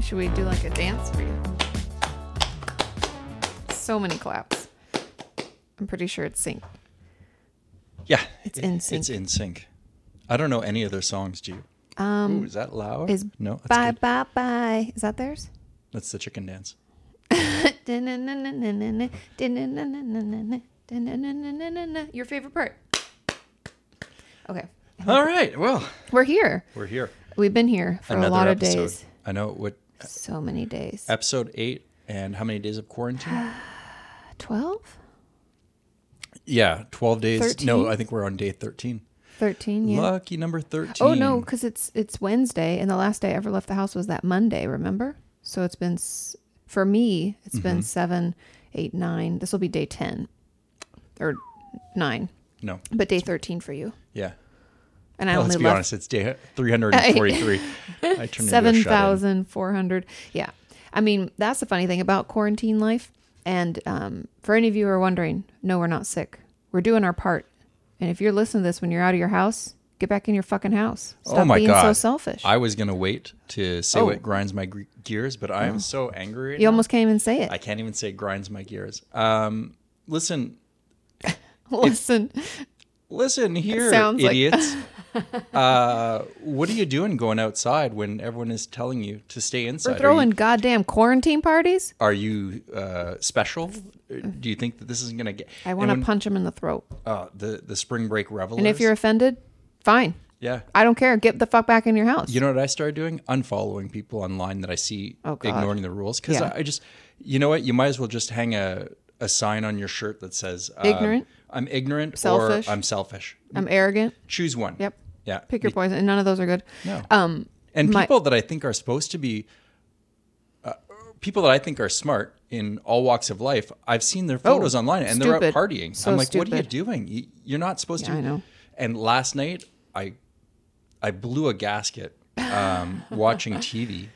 Should we do like a dance for you? So many claps. I'm pretty sure it's sync. Yeah. It's it- in It's sync. in sync. I don't know any of their songs, do you? Ooh, is that loud? Um, Is no, that's bye good. bye bye. Is that theirs? That's the chicken dance. Your favorite part. Okay. All right. Well, We're here. we're here. We've been here for a lot of days. I know what So many days. episode eight and how many days of quarantine? 12? yeah, twelve days. No, 13? I think we're on day thirteen. 13, yeah. Lucky number thirteen. Oh no, because it's it's Wednesday, and the last day I ever left the house was that Monday. Remember? So it's been s- for me. It's been Mm-hmm. seven, eight, nine. This will be day ten, or nine, No. but day thirteen for you. Yeah. And I Well, let's only be left honest. It's day three hundred and forty-three. I turned into a seven shut-in. thousand four hundred. Yeah, I mean that's the funny thing about quarantine life. And um, for any of you who are wondering, no, we're not sick. We're doing our part. And if you're listening to this when you're out of your house, get back in your fucking house. Stop oh my being god! so selfish. I was gonna wait to say Oh. what grinds my gre- gears, but I am so angry. Right you now. almost can't even say it. I can't even say grinds my gears. Um, listen, Listen, listen here, sounds like- idiots. uh, what are you doing going outside when everyone is telling you to stay inside? we're Are you- throwing goddamn quarantine parties. Are you, uh, special? Do you think that this isn't gonna get? I and want to when- punch him in the throat. uh, the the spring break revelers. And if you're offended, fine. yeah. I don't care. Get the fuck back in your house. You know what I started doing? Unfollowing people online that I see Oh, God. ignoring the rules because Yeah. I, I just, you know what? You might as well just hang a, a sign on your shirt that says um, Ignorant. I'm ignorant Selfish. or I'm selfish. I'm arrogant. Choose one. Yep. Yeah. Pick your poison. And none of those are good. No. Um, and my- people that I think are supposed to be uh, people that I think are smart in all walks of life, I've seen their photos online and they're out Oh, stupid. partying. So I'm like, what are you stupid. doing? You, you're not supposed Yeah, to. I know. And last night, I I blew a gasket um, watching TV.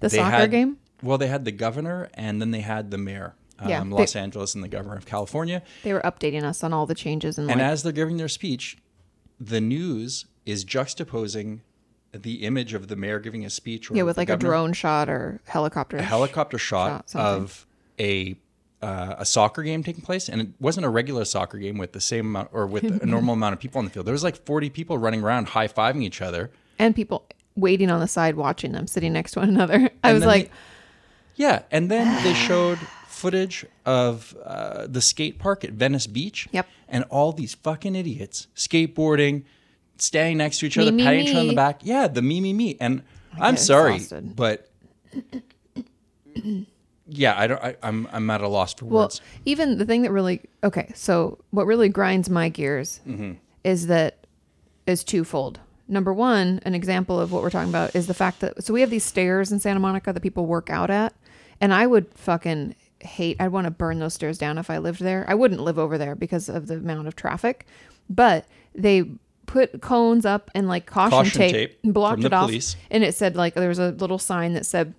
the They soccer had- game. Well, they had the governor and then they had the mayor, um, Yeah, Los they- Angeles and the governor of California. They were updating us on all the changes and, And like, as they're giving their speech, the news is juxtaposing the image of the mayor giving his speech. or yeah, with the like a governor. drone shot or helicopter. a helicopter shot, Shot, something. of a uh, a soccer game taking place, and it wasn't a regular soccer game with the same amount or with a normal amount of people on the field. There was like forty people running around, high fiving each other. and people waiting on the side watching them sitting next to one another. I And was then like, they- yeah, and then they showed footage of uh, the skate park at Venice Beach. Yep. and all these fucking idiots skateboarding, standing next to each Me, other, me, patting each other on the me. back. Yeah, the me me me, and I'm get sorry, exhausted. but. Yeah, I don't. I, I'm I'm at a loss for Well, words. even the thing that really okay, so what really grinds my gears Mm-hmm. is that is twofold. Number one, an example of what we're talking about is the fact that so we have these stairs in Santa Monica that people work out at, and I would fucking hate. I'd want to burn those stairs down if I lived there. I wouldn't live over there because of the amount of traffic, but they put cones up and like caution, Caution tape, tape and blocked from the it off, police. and it said like there was a little sign that said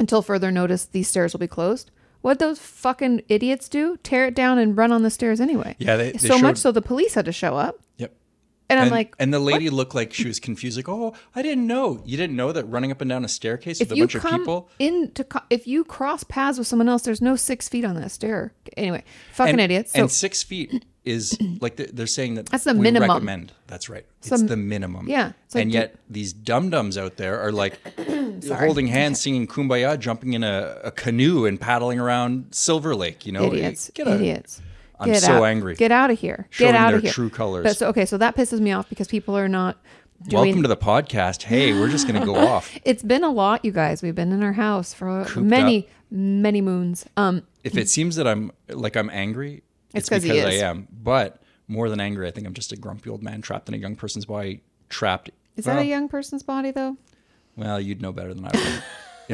until further notice, these stairs will be closed. What those fucking idiots do? Tear it down and run on the stairs anyway. Yeah, they- they so much showed- so the police had to show up, Yep. and, I'm and, like, and the lady looked like she was confused, like, "Oh, I didn't know. You didn't know that running up and down a staircase if with a you bunch of come people." in to, co- if you cross paths with someone else, there's no six feet on that stair. Anyway, fucking and, idiots. So and six feet is like they're, they're saying that That's the we minimum. Recommend. That's right. It's Some- the minimum. Yeah. It's like, and do- yet these dum dums out there are like holding hands, singing "Kumbaya," jumping in a, a canoe and paddling around Silver Lake. You know, idiots, Get a- idiots. I'm Get so out. angry. Get out of here. Showing Get out their of here. true colors. That's- okay, so that pisses me off because people are not doing. Welcome to the podcast. Hey, we're just gonna go off. it's been a lot, you guys. We've been in our house for Cooped many, up. many moons. Um, if it seems that I'm like I'm angry, It's it's, 'cause because he I is. am. But more than angry, I think I'm just a grumpy old man trapped in a young person's body. Trapped. is that well, a young person's body though? Well, you'd know better than I would.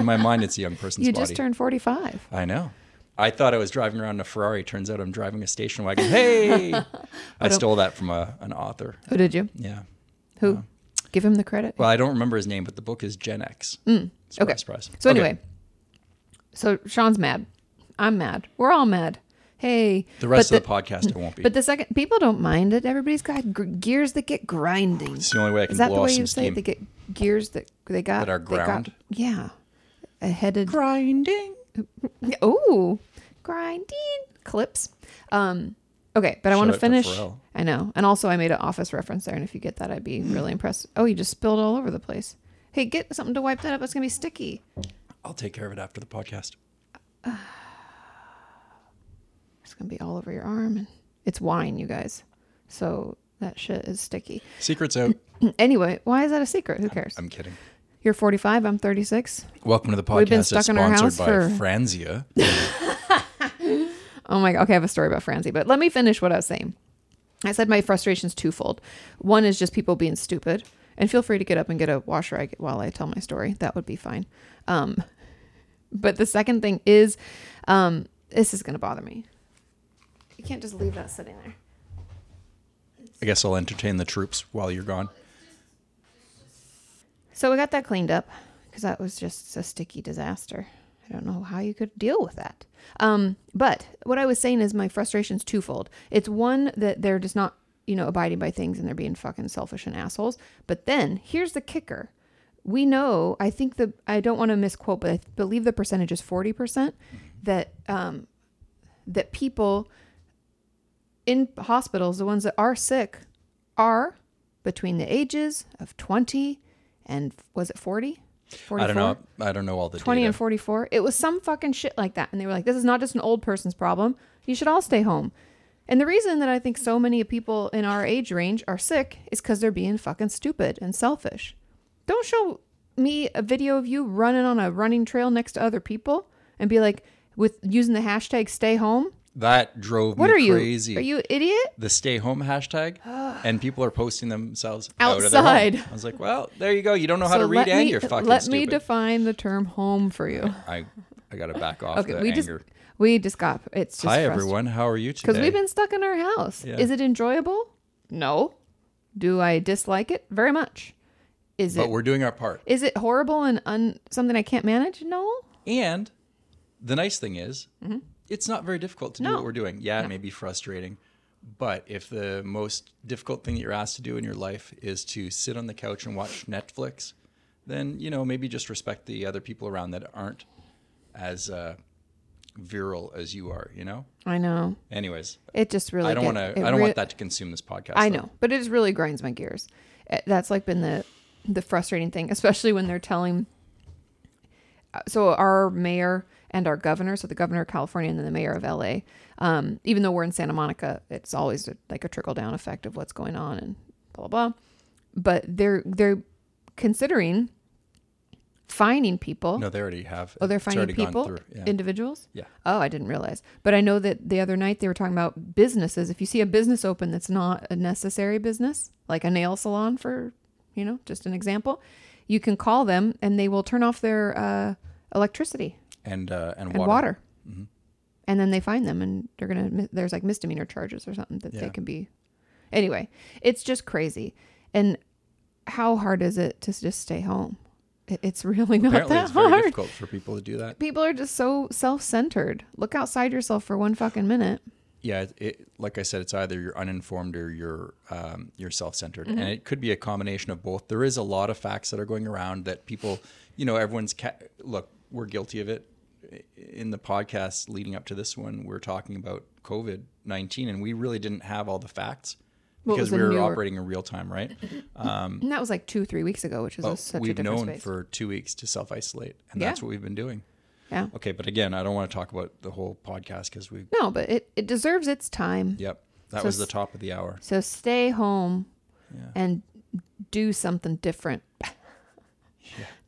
in my mind, it's a young person's You body. just turned 45. I know. I thought I was driving around in a Ferrari. Turns out I'm driving a station wagon. Hey, I stole that from a, an author. Who did you? Yeah. Who? Give him the credit. Well, I don't remember his name, but the book is Gen X. Surprise, Mm, okay. surprise. so Okay. anyway, so Sean's mad. I'm mad. We're all mad. Hey. the rest but of the, podcast, I won't be. But the second people don't mind it. Everybody's got gr- gears that get grinding. it's the only way I can Is that blow the off way some you say steam. it? They get gears that they got That are they got- ground? yeah. headed Grinding. Oh, grinding clips. Um, okay, but I want out to to finish. Pharrell. Hmm. I know, and also I made an office reference there, and if you get that, I'd be really impressed. Oh, you just spilled all over the place. Hey, get something to wipe that up. It's gonna be sticky. I'll take care of it after the podcast. It's gonna be all over your arm, and it's wine, you guys. So that shit is sticky. Secrets out. Anyway, why is that a secret? Who cares? I'm kidding. You're 45. I'm 36. Welcome to the podcast. We've been It's stuck in our sponsored house by for- Franzia. Oh my god. Okay, I have a story about Francie, but let me finish what I was saying. I said my frustration's twofold. One is just people being stupid, and feel free to get up and get a washer I while I tell my story. That would be fine. Um, but the second thing is, um, this is gonna bother me. You can't just leave that sitting there. I guess I'll entertain the troops while you're gone. So we got that cleaned up because that was just a sticky disaster. I don't know how you could deal with that. Um, but what I was saying is my frustration's twofold. It's one that they're just not, you know, abiding by things and they're being fucking selfish and assholes. But then here's the kicker. We know, I think the, I don't want to misquote, but I believe the percentage is 40% that, um, that people in hospitals, the ones that are sick, are between the ages of 20 and was it 40? 44? I don't know. I don't know all the 20 data. and 44. It was some fucking shit like that. And they were like, this is not just an old person's problem. You should all stay home. And the reason that I think so many people in our age range are sick is because they're being fucking stupid and selfish. Don't show me a video of you running on a running trail next to other people and be like, with using the hashtag stay home. that drove What me are you? crazy. Are you idiot? the stay home hashtag, and people are posting themselves Out of their Outside. home. I was like, well, there you go. You don't know how to read, let and me, you're fucking Let stupid. me define the term home for you. I I gotta back off Okay, the we anger. just we just got it's just Hi everyone, how are you today? because we've been stuck in our house. Yeah. Is it enjoyable? No. Do I dislike it very much? Is but it we're doing our part. is it horrible and un, something I can't manage? No. And the nice thing is, it's not very difficult to do Mm-hmm. No. what we're doing. Yeah, it may be frustrating, but if the most difficult thing that you're asked to do in your life is to sit on the couch and watch Netflix, then you know maybe just respect the other people around that aren't as uh, virile as you are. You know. I know Anyways, it just really. I don't get- want to. it I don't re- want that to consume this podcast. I though. know, but it just really grinds my gears. Uh, That's like been the the frustrating thing, especially when they're telling. uh, So our mayor and our governor, so the governor of California and then the mayor of LA, um, even though we're in Santa Monica, it's always a, like a trickle down effect of what's going on and blah blah. blah. But they're they're considering finding people. No, they already have. Oh, they're It's finding already gone people, through. Yeah. individuals. Yeah. Oh, I didn't realize. But I know that the other night they were talking about businesses. If you see a business open that's not a necessary business, like a nail salon, for you know, just an example, you can call them and they will turn off their uh, electricity and uh, and, and water. Mm-hmm. And then they find them and they're going to, there's like misdemeanor charges or something that Yeah. they can be. Anyway, it's just crazy. And how hard is it to just stay home? It- It's really not Apparently, that it's very hard difficult for people to do that. people are just so self-centered look outside yourself for one fucking minute yeah, it, it, like I said, it's either you're uninformed or you're um, you're self-centered, Mm-hmm. and it could be a combination of both. There is a lot of facts that are going around that people, you know, everyone's ca- look. We're guilty of it. In the podcast leading up to this one, we're talking about COVID nineteen, and we really didn't have all the facts What because was we the were newer- operating in real time, right? and that was like two three weeks ago which is a, But such a Mm. we've different known space for two weeks to self-isolate, and Yeah. that's what we've been doing. yeah Okay, but again, I don't want to talk about the whole podcast because we. no but it, it deserves its time Yep, that So was the s- top of the hour. so stay home Yeah. and do something different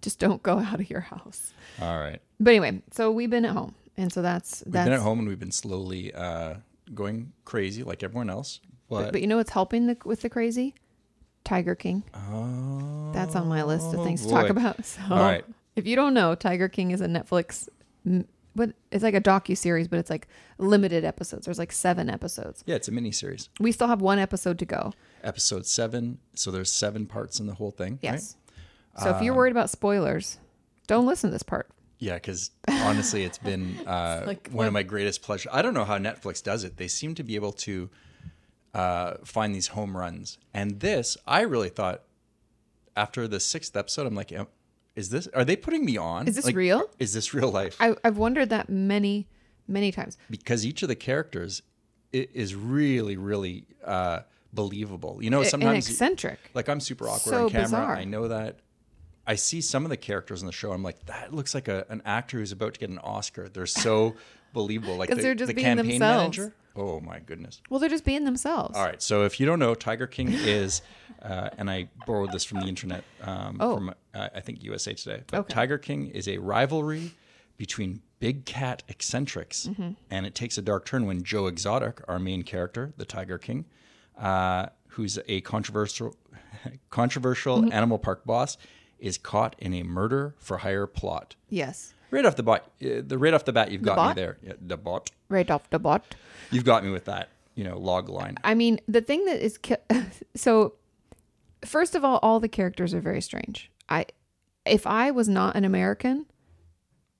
just don't go out of your house All right. but anyway so we've been at home and so that's We've that's been at home and we've been slowly uh, going crazy like everyone else. But, but, you know what's helping the, with the crazy tiger king oh, that's on my list of things to boy. talk about. So, All right. if you don't know, Tiger King is a Netflix, m- but it's like a docu series, but it's like limited episodes. There's like seven episodes. Yeah, it's a mini series, We still have one episode to go. episode seven. So there's seven parts in the whole thing. Right? Yes. So if you're Uh, worried about spoilers, don't listen to this part. Yeah, because honestly, it's been uh, like one of my greatest pleasures. I don't know how Netflix does it. They seem to be able to uh, find these home runs. And this, I really thought after the sixth episode, I'm like, am, is this? Are they putting me on? Is this real? Is this real life? I, I've wondered that many, many times. because each of the characters i- is really, really uh, believable. You know, and sometimes eccentric. like I'm super awkward So on camera. bizarre. I know that. I see some of the characters in the show. I'm like, that looks like a, an actor who's about to get an Oscar. They're so believable. Like 'Cause the, they're just the being campaign themselves. manager. Oh my goodness. well, they're just being themselves. All right. So if you don't know, Tiger King is, uh, and I borrowed this from the internet um, Oh. from uh, I think USA Today. But Okay. Tiger King is a rivalry between big cat eccentrics, Mm-hmm. and it takes a dark turn when Joe Exotic, our main character, the Tiger King, uh, who's a controversial controversial Mm-hmm. animal park boss, is caught in a murder for hire plot. Yes. Right off the bat, uh, the right off the bat, you've got bot? me there. Yeah, the bot, Right off the bot. you've got me with that. You know, log line. I mean, the thing that is ki- so. First of all, all the characters are very strange. I, if I was not an American,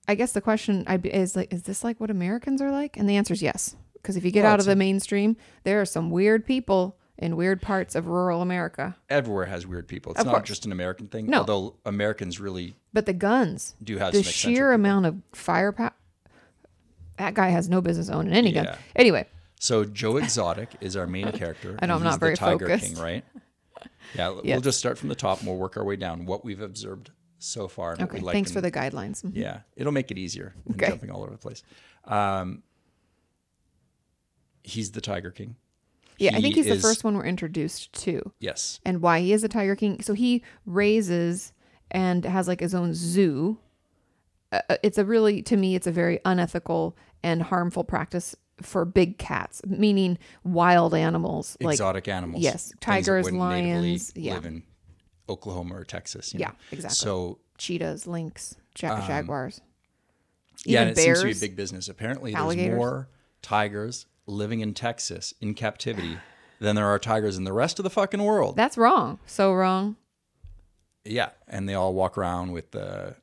I guess the question I'd be is like, is this like what Americans are like? And the answer is yes, because if you get Well, out of it's the mainstream, there are some weird people in weird parts of rural America. everywhere has weird people. It's Of not course. just an American thing. No. Although Americans really But the guns, do have the some sheer amount of firepower. That guy has no business owning any gun. Yeah. Anyway, So Joe Exotic is our main character. I know, I'm and not he's very the Tiger focused. King, right? Yeah, l- Yes. we'll just start from the top and we'll work our way down. What we've observed so far. And okay. what we like thanks and- for the guidelines. Mhm. Yeah, it'll make it easier than Okay. jumping all over the place. Um, he's the Tiger King. Yeah, I He think he's the is- first one we're introduced to. Yes. and why he is a tiger king. So he raises and has like his own zoo. Uh, uh, it's a really, to me, it's a very unethical and harmful practice for big cats, meaning wild animals. exotic animals. yes, things that tigers, wouldn't natively lions, yeah. Live in Oklahoma or Texas. you Yeah, know. exactly. So like cheetahs, lynx, jack- jaguars. Um, yeah, Even and it seems bears? to be a big business. Apparently, Alligators? there's more tigers living in Texas in captivity than there are tigers in the rest of the fucking world. That's wrong. So wrong. yeah, and they all walk around with the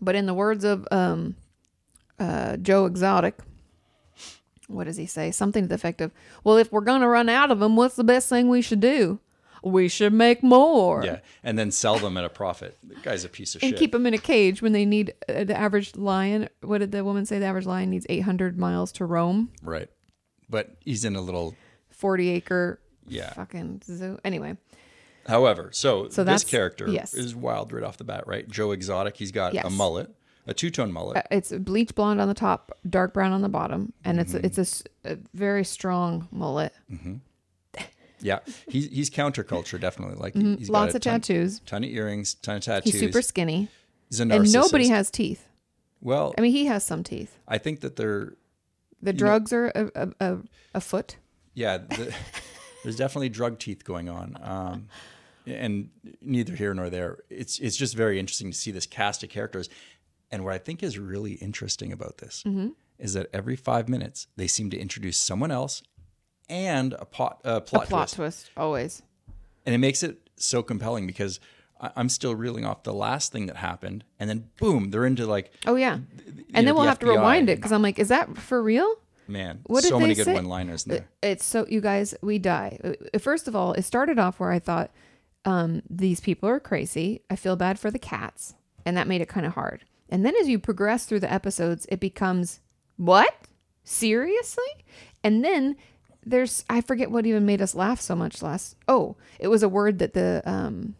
But in the words of um, uh, Joe Exotic, what does he say? Something to the effect of, "Well, if we're gonna run out of them, what's the best thing we should do? We should make more." yeah, and then sell them at a profit. The guy's a piece of and shit. keep them in a cage when they need uh, the average lion. What did the woman say? The average lion needs 800 miles to roam, right, but he's in a little 40 acre yeah. fucking zoo. Anyway, However, so, this that's- character yes. is wild right off the bat, right? Joe Exotic, he's got a Yes. mullet, a two tone mullet. uh, it's bleach blonde on the top, dark brown on the bottom, and it's Mm-hmm. it's a s- a, very strong mullet. Yeah, he's he's counterculture definitely. Like he's got Mm-hmm. Lots a of ton, tattoos. ton of earrings, ton of tattoos. He's super skinny, He's a and narcissist. nobody has teeth. Well, I mean, he has some teeth. I think that they're The drugs are a, a, a, a foot. yeah. The, there's definitely drug teeth going on, um, and neither here nor there. It's it's just very interesting to see this cast of characters, and what I think is really interesting about this Mm-hmm. is that every five minutes they seem to introduce someone else and a, pot, a plot a plot twist. twist always. and it makes it so compelling because I, I'm still reeling off the last thing that happened, and then boom, they're into like, Oh yeah, you and know, then we'll the have to FBI. rewind it because I'm like, is that for real? man. What did so many they good say? Uh, one-liners in there. it's so you guys we die Uh, first of all it started off where i thought um, these people are crazy i feel bad for the cats and that made it kind of hard and then as you progress through the episodes it becomes what seriously and then there's i forget what even made us laugh so much last oh it was a word that the um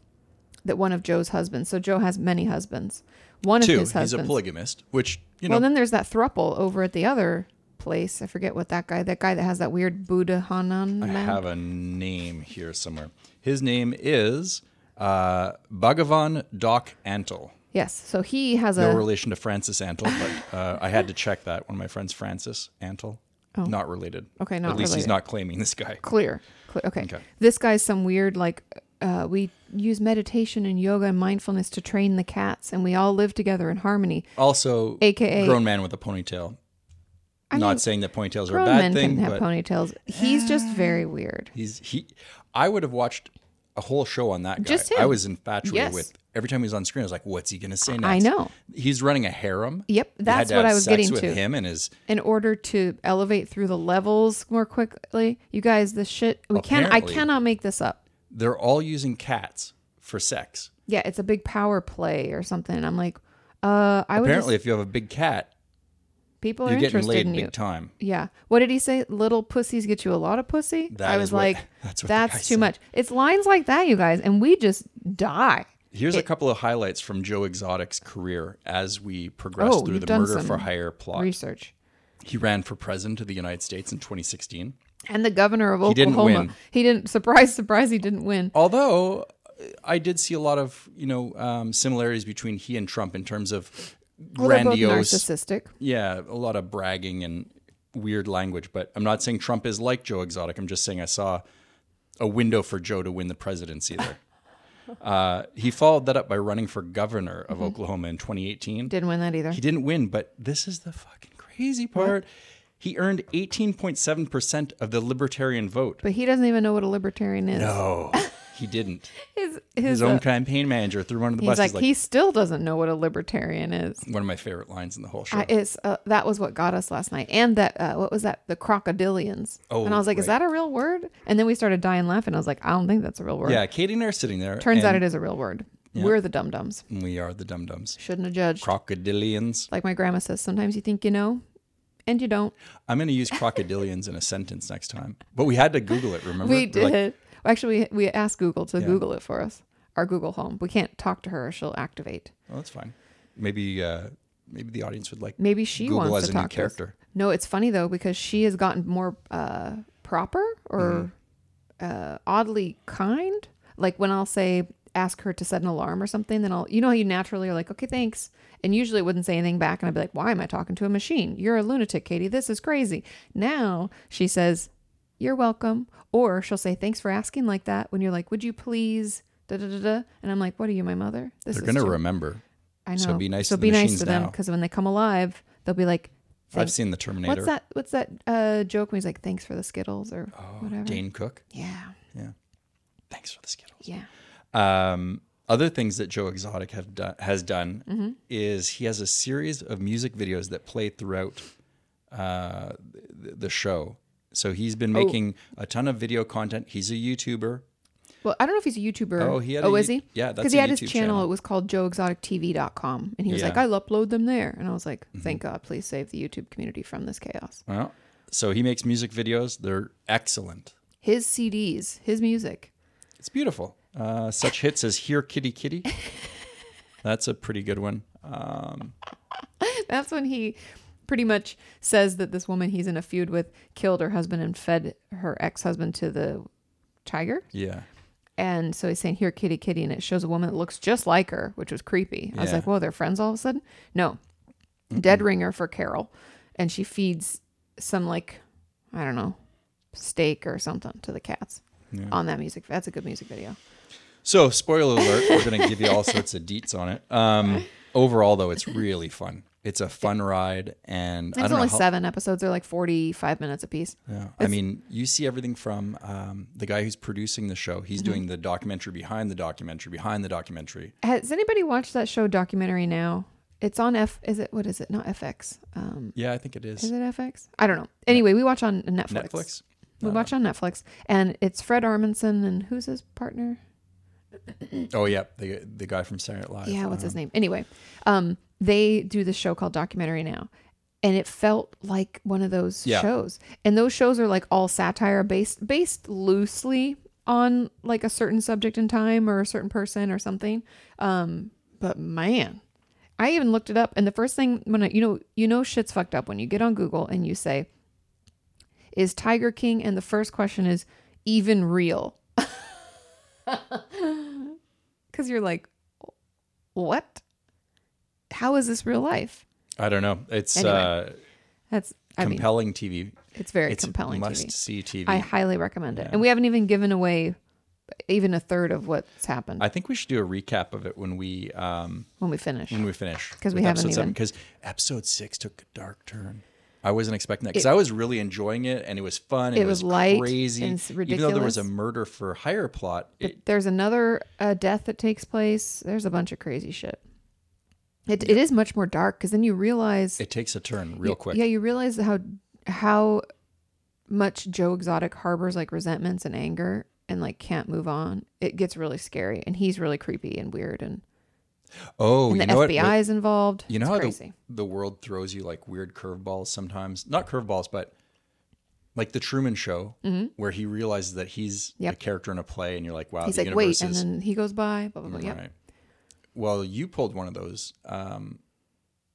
that one of joe's husbands so joe has many husbands one Two, of his he's a husbands polygamist, which you know, well, then there's that thruple over at the other place. I forget what that guy, that guy that has that weird Buddha Hanan I man. have a name here somewhere. His name is uh, Bhagavan Doc Antle. Yes. So he has No a. relation to Francis Antle, but uh, I had to check that. One of my friends, Francis Antle, not related. Oh. Okay, not at least he's related. not claiming this guy. clear. clear. Okay. Okay. This guy's some weird, like, uh, we use meditation and yoga and mindfulness to train the cats, and we all live together in harmony. Also, AKA grown man with a ponytail. I not mean, saying that ponytails are a Grown bad men thing, can have but ponytails. He's just very weird. He's he. I would have watched a whole show on that guy. Just him. I was infatuated Yes. with every time he was on screen. I was like, "What's he going to say next?" I know. He's running a harem. Yep, They that's had to what have I was sex getting with to. Him and his In order to elevate through the levels more quickly, you guys, this shit, we can not I Apparently. cannot make this up. they're all using cats for sex. yeah, it's a big power play or something. And I'm like, uh, I would just- Apparently, if you have a big cat, people are you're getting interested laid in big you. time. Yeah. What did he say? Little pussies get you a lot of pussy. That I was is what- like, that's that's, what the too guy said. much. It's lines like that, you guys, and we just die. Here's a couple of highlights from Joe Exotic's career as we progress Oh, through you've the done murder some for hire plot. Research. He ran for president of the United States in 2016. And the governor of didn't Oklahoma. win. Oh, He didn't. Surprise, surprise. He didn't win. Although I did see a lot of you know um, similarities between he and Trump in terms of Well, they're both grandiose, narcissistic. yeah, a lot of bragging and weird language. But I'm not saying Trump is like Joe Exotic. I'm just saying I saw a window for Joe to win the presidency there. uh, he followed that up by running for governor of Mm-hmm. Oklahoma in 2018. Didn't win that either. He didn't win, but this is the fucking crazy part. He earned 18.7% of the libertarian vote. But he doesn't even know what a libertarian is. No, he didn't. His, his, His uh, own campaign manager threw him under the he's bus. like, He's like, he still doesn't know what a libertarian is. one of my favorite lines in the whole show. I, it's uh, that was what got us last night, and that uh, what was that? The crocodilians. Oh, and I was like, is right. that a real word? And then we started dying laughing. I was like, I don't think that's a real word. yeah, Katie and I are sitting there. Turns out it and is a real word. We're the dum dums. We are the dum dums. Shouldn't have judged. Crocodilians. like my grandma says, sometimes you think you know, and you don't. I'm going to use crocodilians in a sentence next time. But we had to Google it, remember? We We're like, did. Actually, we, we asked Google to Google it for us. Our Google Home. We can't talk to her; or she'll activate. oh, that's fine. Maybe uh, maybe the audience would like Maybe she Google wants to as a new talk to us. character. No, it's funny though because she has gotten more uh, proper or Mm-hmm. uh, oddly kind. Like when I'll say ask her to set an alarm or something, then I'll you know how you naturally are like okay thanks, and usually it wouldn't say anything back, and I'd be like why am I talking to a machine? You're a lunatic, Katie. This is crazy. Now she says you're welcome, or she'll say thanks for asking like that when you're like would you please. Da, da, da, da. And I'm like, what are you, my mother? This They're is going to too- remember. I know. so be nice So to the be nice machines to them now. because when they come alive, they'll be like, I've seen the Terminator. What's that? What's that uh, joke when he's like, "Thanks for the Skittles" or Oh, whatever? Dane Cook. Yeah, Yeah. Thanks for the Skittles. yeah. Um, other things that Joe Exotic have done, has done Mm-hmm. is he has a series of music videos that play throughout uh, the, the show. So he's been Oh. making a ton of video content. He's a YouTuber. Well, I don't know if he's a YouTuber. Oh, he had a Oh, is Yo- he? yeah, that's he a had his YouTube channel. channel. It was called JoeExoticTV.com, and he was Yeah. Mm-hmm. like, "I'll upload them there." And I was like, "Thank God! Please save the YouTube community from this chaos." Well, so he makes music videos. They're excellent. His CDs, his music. It's beautiful. Uh, such hits as "Here Kitty Kitty." That's a pretty good one. Um, That's when he pretty much says that this woman he's in a feud with killed her husband and fed her ex-husband to the tiger. Yeah. And so he's saying, Here, kitty, kitty. And it shows a woman that looks just like her, which was creepy. I was Yeah. like, Whoa, they're friends all of a sudden? No. Dead ringer for Carol. And she feeds some, like, I don't know, steak or something to the cats on that music. That's a good music video. So, spoiler alert, we're going to give you all sorts of deets on it. Um, overall, though, it's really fun. It's a fun ride, and I It's don't know only how. seven episodes. They're like 45 minutes apiece. yeah. I mean, you see everything from um, the guy who's producing the show. He's Mm-hmm. doing the documentary behind the documentary behind the documentary. Has anybody watched that show documentary now? It's on F. Is it, what is it? Not FX. Um, Yeah, I think it is is it FX? I don't know. Anyway, we watch on Netflix. We watch on Netflix, and it's Fred Armisen and who's his partner? Oh yeah, the the guy from Saturday Night Live. Yeah, what's his name? Anyway, um, they do this show called Documentary Now, and it felt like one of those Yeah. shows. And those shows are like all satire based, based loosely on like a certain subject in time or a certain person or something. Um, but man, I even looked it up, and the first thing when I, you know you know shit's fucked up when you get on Google and you say, "Is Tiger King?" and the first question is even real. Because you're like, what? How is this real life? I don't know. It's Anyway, uh, That's I mean, compelling TV. it's very It's compelling must TV. see TV. I I, highly recommend it. And we haven't even given away even a third of what's happened think we should do a recap of it when we um, when we finish. when we finish 'Cause we haven't even- because episode six took a dark turn. I wasn't expecting that because I was really enjoying it and it was fun. And it, It was was light crazy. and it's Even though there ridiculous. was a murder for hire plot, it, There's another uh, death that takes place. There's a bunch of crazy shit. It, it is much more dark because then you realize it takes a turn real quick. Yeah, you realize how how much Joe Exotic harbors like resentments and anger and like can't move on, it gets really scary. And he's really creepy and weird, and, Oh, and you the know what? FBI is involved. You know It's how the, crazy. the world throws you like weird curveballs sometimes? Not curveballs, but like the Truman Show, where he realizes that he's a Mm-hmm. Yep. character in a play, and you're like, wow, he's uh, the like, wait, universe and is. then he goes by. Blah blah blah. Yep. Right. Well, you pulled one of those. Um,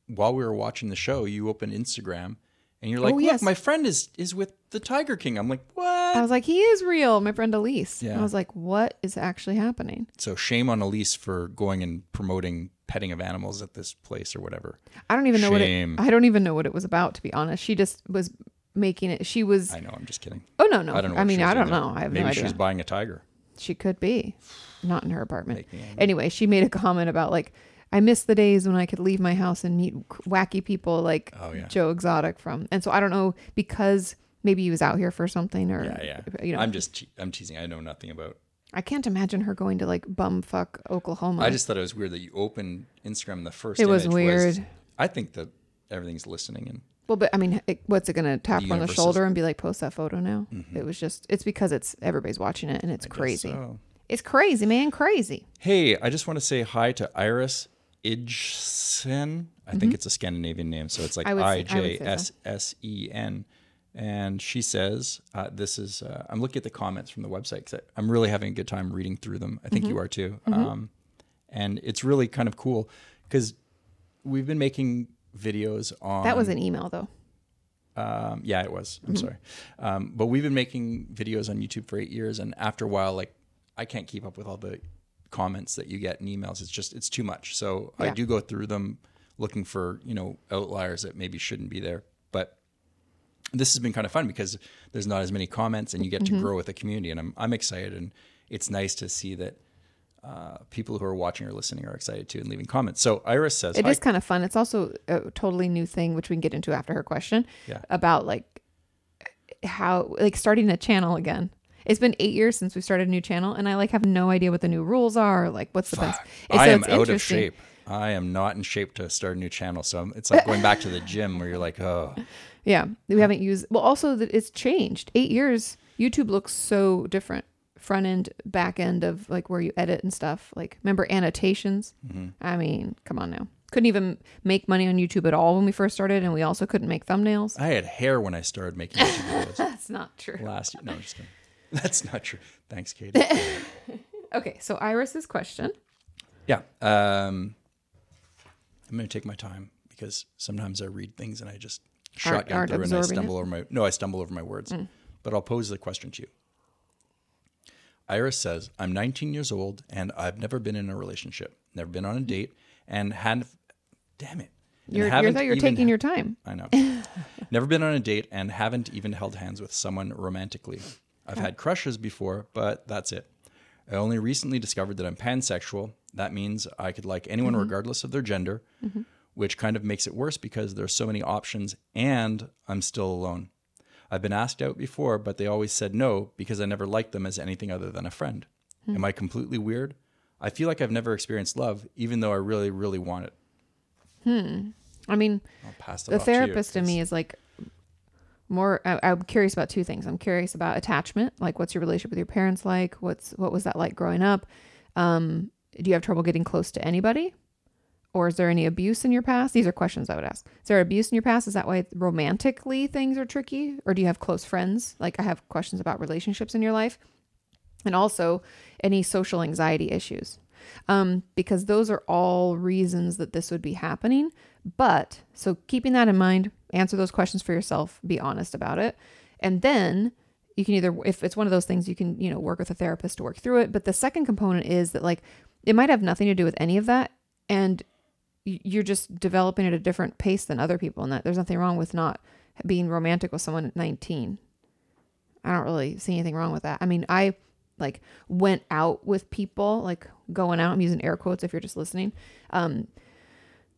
while we were watching the show, you opened Instagram and you're like, look, Oh, yes. Uh, my friend is, is with the Tiger King. I'm like, what? I was like, he is real, my friend Elise. And Yeah. I was like, what is actually happening? So shame on Elise for going and promoting petting of animals at this place or whatever. I don't even know Shame. what it, I don't even know what it was about to be honest. She just was making it. She was I know, I'm just kidding. Oh no no. I I, don't know. what mean she was I don't doing know. there. I have Maybe no she idea. was buying a tiger. She could be, not in her apartment. Make me angry. Anyway, she made a comment about like I miss the days when I could leave my house and meet wacky people like Oh, yeah. Joe Exotic from. And so I don't know because maybe he was out here for something or Yeah, yeah. you know I'm just te- I'm teasing. I know nothing about. I can't imagine her going to like bumfuck Oklahoma. I just thought it was weird that you opened Instagram and the first. It was image weird. I think that everything's listening and Well, but I mean, it, what's it going to tap The her on the universe is- Mm-hmm. shoulder and be like, post that photo now? It was just, it's because it's everybody's watching it and it's crazy. so. It's crazy, man. Crazy. Hey, I just want to say hi to Iris Idsen. I think it's a Scandinavian name, so it's like Mm-hmm. I would say- I I would say J so. S S E N. And she says, uh, "This is." Uh, I'm looking at the comments from the website because I'm really having a good time reading through them. I think Mm-hmm. you are too. Um, and it's really kind of cool because we've been making videos on That was an email, though. um, yeah, it was. Mm-hmm. I'm sorry. Um, but we've been making videos on YouTube for eight years, and after a while, like I can't keep up with all the comments that you get and emails. It's just it's too much. So I Yeah. do go through them, looking for you know outliers that maybe shouldn't be there. But this has been kind of fun because there's not as many comments, and you get Mm-hmm. to grow with the community, and I'm I'm excited, and it's nice to see that. Uh, people who are watching or listening are excited too and leaving comments. So Iris says, It "Hi, is kind of fun. It's also a totally new thing, which we can get into after her question Yeah. about like how, like starting a channel again. It's been eight years since we started a new channel, and I like have no idea what the new rules are. Like, what's the best? And I so am it's out of interesting. shape. I am not in shape to start a new channel. So I'm, it's like going back to the gym where you're like, oh, Yeah, we haven't used. Well, also that it's changed. Eight years, YouTube looks so different. Front end, back end of like where you edit and stuff. Like, remember annotations? Mm-hmm. I mean, come on now. Couldn't even make money on YouTube at all when we first started, and we also couldn't make thumbnails. I had hair when I started making YouTube videos That's not true. last year. No, I'm just kidding. That's not true. Thanks, Katie. Okay, so Iris's question. Yeah. Um, I'm going to take my time because sometimes I read things and I just shotgun aren't through and I absorbing Mm. stumble over my no, I stumble over my words. But I'll pose the question to you. Iris says, "I'm 19 years old and I've never been in a relationship, never been on a date, and had, damn it, and Mm. You're, you haven't thought you were even- taking your time. I know. Never been on a date and haven't even held hands with someone romantically. I've had crushes before, but that's it. I only recently discovered that I'm pansexual. That means I could like anyone Mm-hmm. regardless of their gender, which kind of makes it worse because there's so many options and I'm still alone. I've been asked out before, but they always said no because I never liked them as anything other than a friend. Hmm. Am I completely weird? I feel like I've never experienced love, even though I really, really want it. I mean, I'll pass that the off to you, therapist in 'cause- me is like more I, i'm curious about two things i'm curious about attachment like what's your relationship with your parents like what's what was that like growing up um do you have trouble getting close to anybody or is there any abuse in your past these are questions i would ask is there abuse in your past is that why romantically things are tricky or do you have close friends like i have questions about relationships in your life and also any social anxiety issues. Um, because those are all reasons that this would be happening. But so keeping that in mind, answer those questions for yourself, be honest about it. And then you can either, if it's one of those things, you can, you know, work with a therapist to work through it. But the second component is that, like, it might have nothing to do with any of that. And y- you're just developing at a different pace than other people. And that there's nothing wrong with not being romantic with someone at 19. I don't really see anything wrong with that. I mean, I like went out with people, like going out. I'm using air quotes if you're just listening. Um,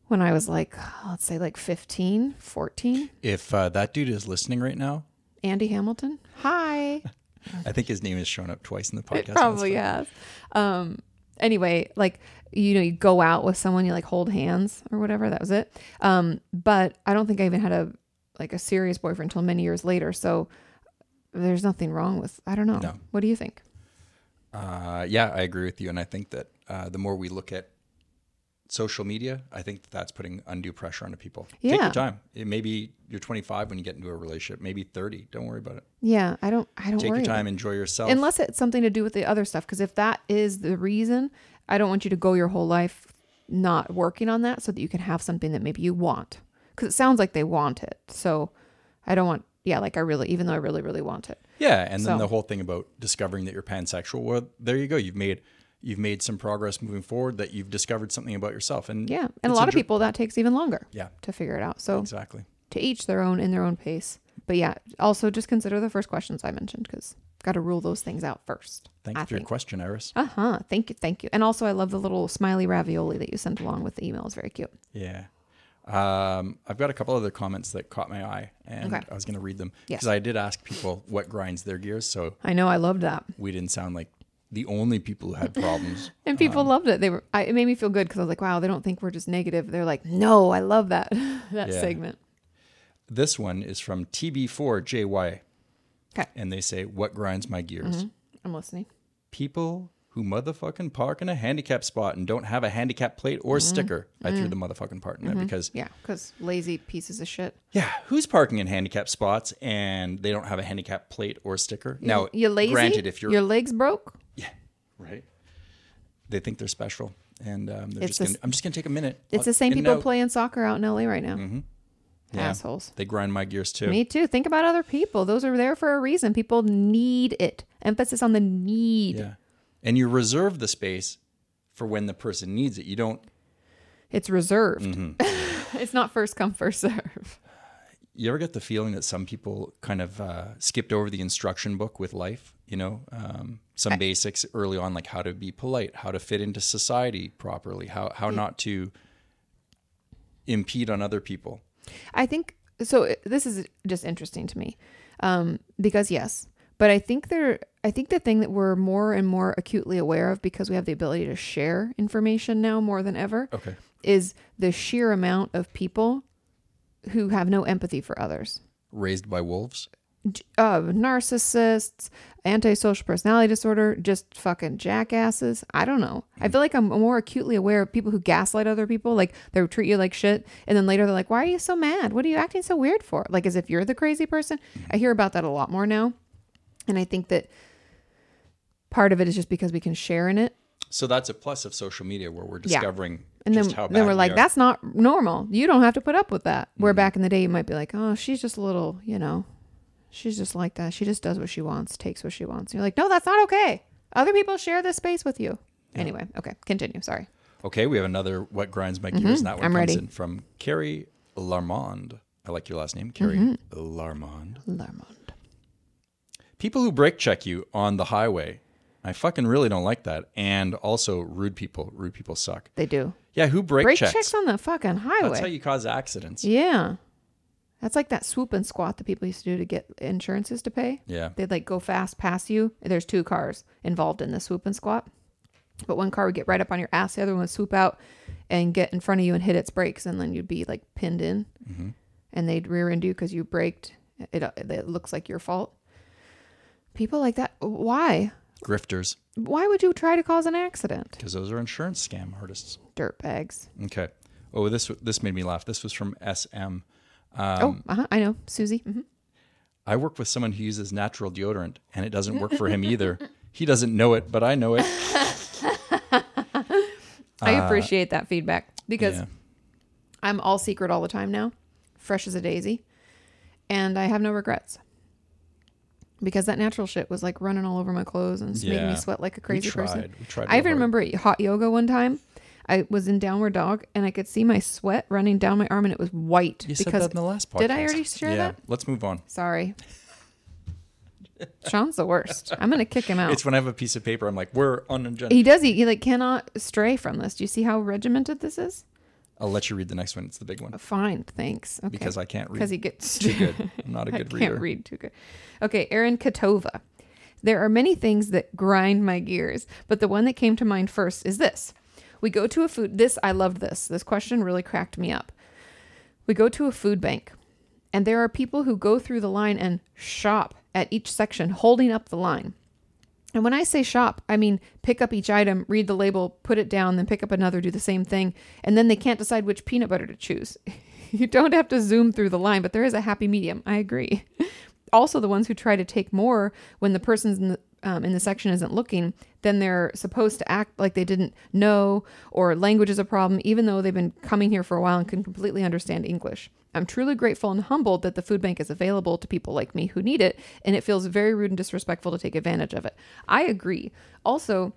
when I was like, let's say like 15, 14, If uh, that dude is listening right now, Andy Hamilton. Hi. I think his name has shown up twice in the podcast. It probably has. Um, anyway, like you know, you go out with someone, you like hold hands or whatever. That was it. Um, but I don't think I even had a like a serious boyfriend until many years later. So there's nothing wrong with. I don't know. No. What do you think? Uh, yeah, I agree with you, and I think that uh, the more we look at social media, I think that that's putting undue pressure onto people. Take Yeah. your time. It maybe you're 25 when you get into a relationship, maybe 30. Don't worry about it. Yeah, I don't. I don't Take worry. your about time, enjoy yourself. unless it's something to do with the other stuff because if that is the reason i don't want you to go your whole life not working on that so that you can have something that maybe you want because it sounds like they want it so i don't want yeah like i really even though i really really want it Yeah, and then So- the whole thing about discovering that you're pansexual. Well, there you go. You've made you've made some progress moving forward. That you've discovered something about yourself. And yeah and a it's lot of enjoy- people that takes even longer Yeah, to figure it out so exactly. to each their own in their own pace but yeah also just consider the first questions i mentioned because got to rule those things out first Thank I you for your think. question, Iris. uh-huh thank you thank you and also i love the little smiley ravioli that you sent along with the email it's very cute Yeah. Um, I've got a couple other comments that caught my eye, and Okay. I was going to read them Yes. because I did ask people what grinds their gears, so i know i loved that we didn't sound like the only people who had problems. And people loved it. They were. I, it made me feel good because I was like, "Wow, they don't think we're just negative." They're like, "No, I love that that Yeah. segment." this one is from TB4JY, Okay, Mm-hmm. and they say, "What grinds my gears?" I'm listening. people who motherfucking park in a handicap spot and don't have a handicap plate or sticker. I threw the motherfucking part in there because Mm-hmm. Yeah, because lazy pieces of shit. yeah, who's parking in handicap spots and they don't have a handicap plate or sticker? Now, You lazy. granted, if you're your legs broke, yeah, right, they think they're special, and um, they're It's just the gonna, s- I'm just gonna take a minute. it's I'll- the same in and people out. playing soccer out in LA right now. Yeah. Assholes. They grind my gears too. Me too. Think about other people. Those are there for a reason. People need it. Emphasis on the need. Yeah, and you reserve the space for when the person needs it. You don't It's reserved. Mm-hmm. it's not first come first serve. you ever get the feeling that some people kind of uh, skipped over the instruction book with life? You know, um, some basics early on, like how to be polite, how to fit into society properly, how how not to impede on other people. I think so. it- This is just interesting to me, um, because yes, but I think there. I think the thing that we're more and more acutely aware of because we have the ability to share information now more than ever Okay. is the sheer amount of people who have no empathy for others. Raised by wolves. J- Uh, narcissists, antisocial personality disorder, just fucking jackasses. I don't know. I feel like I'm more acutely aware of people who gaslight other people. Like they treat you like shit. And then later they're like, why are you so mad? What are you acting so weird for? Like as if you're the crazy person. I hear about that a lot more now. And I think that part of it is just because we can share in it. So that's a plus of social media where we're discovering And then, just how bad then we're we like, are. Mm-hmm. that's not normal. You don't have to put up with that. Where back in the day, you might be like, oh, she's just a little, you know, she's just like that. She just does what she wants, takes what she wants. And you're like, no, that's not okay. Other people share this space with you. Anyway, okay, continue. Sorry. Okay, we have another what grinds my gears. And that Mm-hmm. one I'm comes ready. in from Carrie Larmond. I like your last name, Carrie Mm-hmm. Larmond. Larmond. People who brake check you on the highway. I fucking really don't like that. And also rude people. Rude people suck. They do. Yeah, who brake, Brake checks? checks. on the fucking highway. That's how you cause accidents. yeah. That's like that swoop and squat that people used to do to get insurances to pay. Yeah. They'd like go fast past you. There's two cars involved in the swoop and squat. But one car would get right up on your ass, the other one would swoop out and get in front of you and hit its brakes, and then you'd be like pinned in, and they'd rear end you because you braked. It, uh, it looks like your fault. People like that. Why? Grifters, Why would you try to cause an accident? because those are insurance scam artists. Dirtbags. Okay. Oh, this this made me laugh. This was from SM. oh, uh-huh, I know, Susie. hmm I work with someone who uses natural deodorant, and it doesn't work for him either. He doesn't know it, but I know it. I appreciate that feedback because Yeah. I'm all secret all the time now, fresh as a daisy, and I have no regrets. Because that natural shit was like running all over my clothes and just making Yeah. me sweat like a We crazy person. tried. We tried I even real hard. remember at hot yoga one time. I was in downward dog and I could see my sweat running down my arm and it was white. You said that in the last podcast. Did I already share yeah. that? Let's move on. Sorry. Sean's the worst. I'm gonna kick him out. It's when I have a piece of paper, I'm like, we're on an agenda. he does. He, he like cannot stray from this. Do you see how regimented this is? I'll let you read the next one. It's the big one Fine, thanks. Okay. because I can't read. because he gets too good. I'm not a I good can't reader. read too good. Okay, Erin Katova. There are many things that grind my gears, but the one that came to mind first is this. We go to a food this I loved this. This question really cracked me up. We go to a food bank, and there are people who go through the line and shop at each section holding up the line. And when I say shop, I mean pick up each item, read the label, put it down, then pick up another, do the same thing, and then they can't decide which peanut butter to choose. you don't have to zoom through the line, but there is a happy medium. I agree. also, the ones who try to take more when the person's in the, um, in the section isn't looking, then they're supposed to act like they didn't know or language is a problem, even though they've been coming here for a while and can completely understand English. I'm truly grateful and humbled that the food bank is available to people like me who need it, and it feels very rude and disrespectful to take advantage of it. I agree. Also,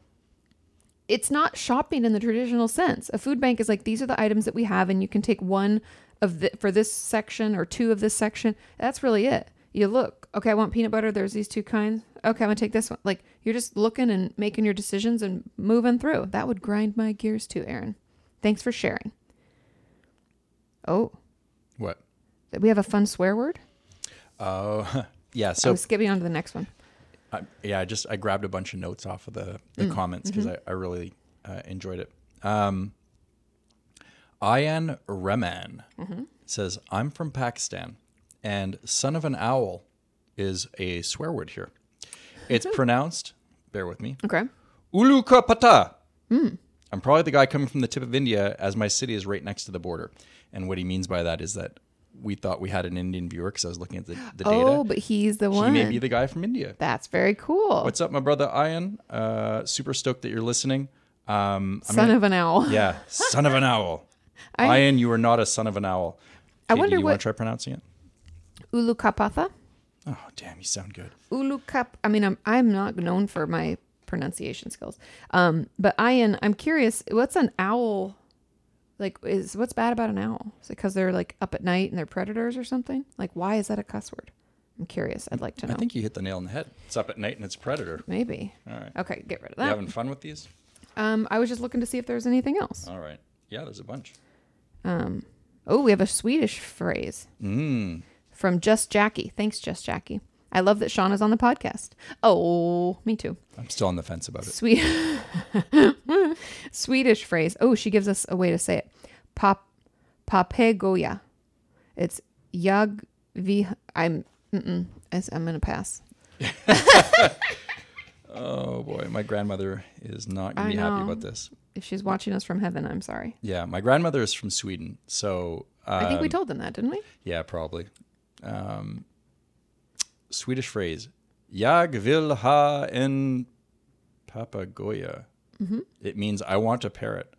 it's not shopping in the traditional sense. A food bank is like these are the items that we have, and you can take one of the for this section or two of this section. That's really it. You look, okay, I want peanut butter. There's these two kinds. Okay, I'm gonna take this one. Like you're just looking and making your decisions and moving through. That would grind my gears too, Aaron. Thanks for sharing. Oh, What? that we have a fun swear word. Oh, yeah. I So was skipping on to the next one. I, yeah, I just I grabbed a bunch of notes off of the, the comments because I, I really uh, enjoyed it. Um, Ayan Reman says, "I'm from Pakistan, and son of an owl is a swear word here. It's pronounced. Bear with me. Okay. Ulu ka Pata. I'm probably the guy coming from the tip of India, as my city is right next to the border. And what he means by that is that." We thought we had an Indian viewer because I was looking at the, the Oh, data. but he's the he one. may be the guy from India. That's very cool. What's up, my brother Ian? Uh, super stoked that you're listening. Um, I'm Son gonna- of an owl. yeah, son of an owl. I- Ian, you are not a son of an owl. I Katie, wonder you want what- to try pronouncing it? Ulu Kapatha. Oh, damn, you sound good. Ulu Kap. I mean, I'm I'm not known for my pronunciation skills. Um, but Ian, I'm curious, what's an owl? Like, is what's bad about an owl? Is it because they're like up at night and they're predators or something? Like, why is that a cuss word? I'm curious. I'd like to know. I think you hit the nail on the head. It's up at night and it's a predator. Maybe. All right. Okay, get rid of You that. having fun with these? Um, I was just looking to see if there's anything else. All right. Yeah, there's a bunch. Um, oh, we have a Swedish phrase Mm, from Just Jackie. Thanks, Just Jackie. I love that Sean is on the podcast. Oh, me too. I'm still on the fence about it. Sweet Swedish phrase. Oh, she gives us a way to say it. Pap papegoya. It's jag vi. I'm. Mm-mm, It's- I'm gonna pass. Oh boy, my grandmother is not going I to be happy know. about this. If she's watching us from heaven, I'm sorry. Yeah, my grandmother is from Sweden, so I uh, think we told them that, didn't we? yeah, probably. Um, Swedish phrase, "Jag vill ha en papagoya." It means I want a parrot.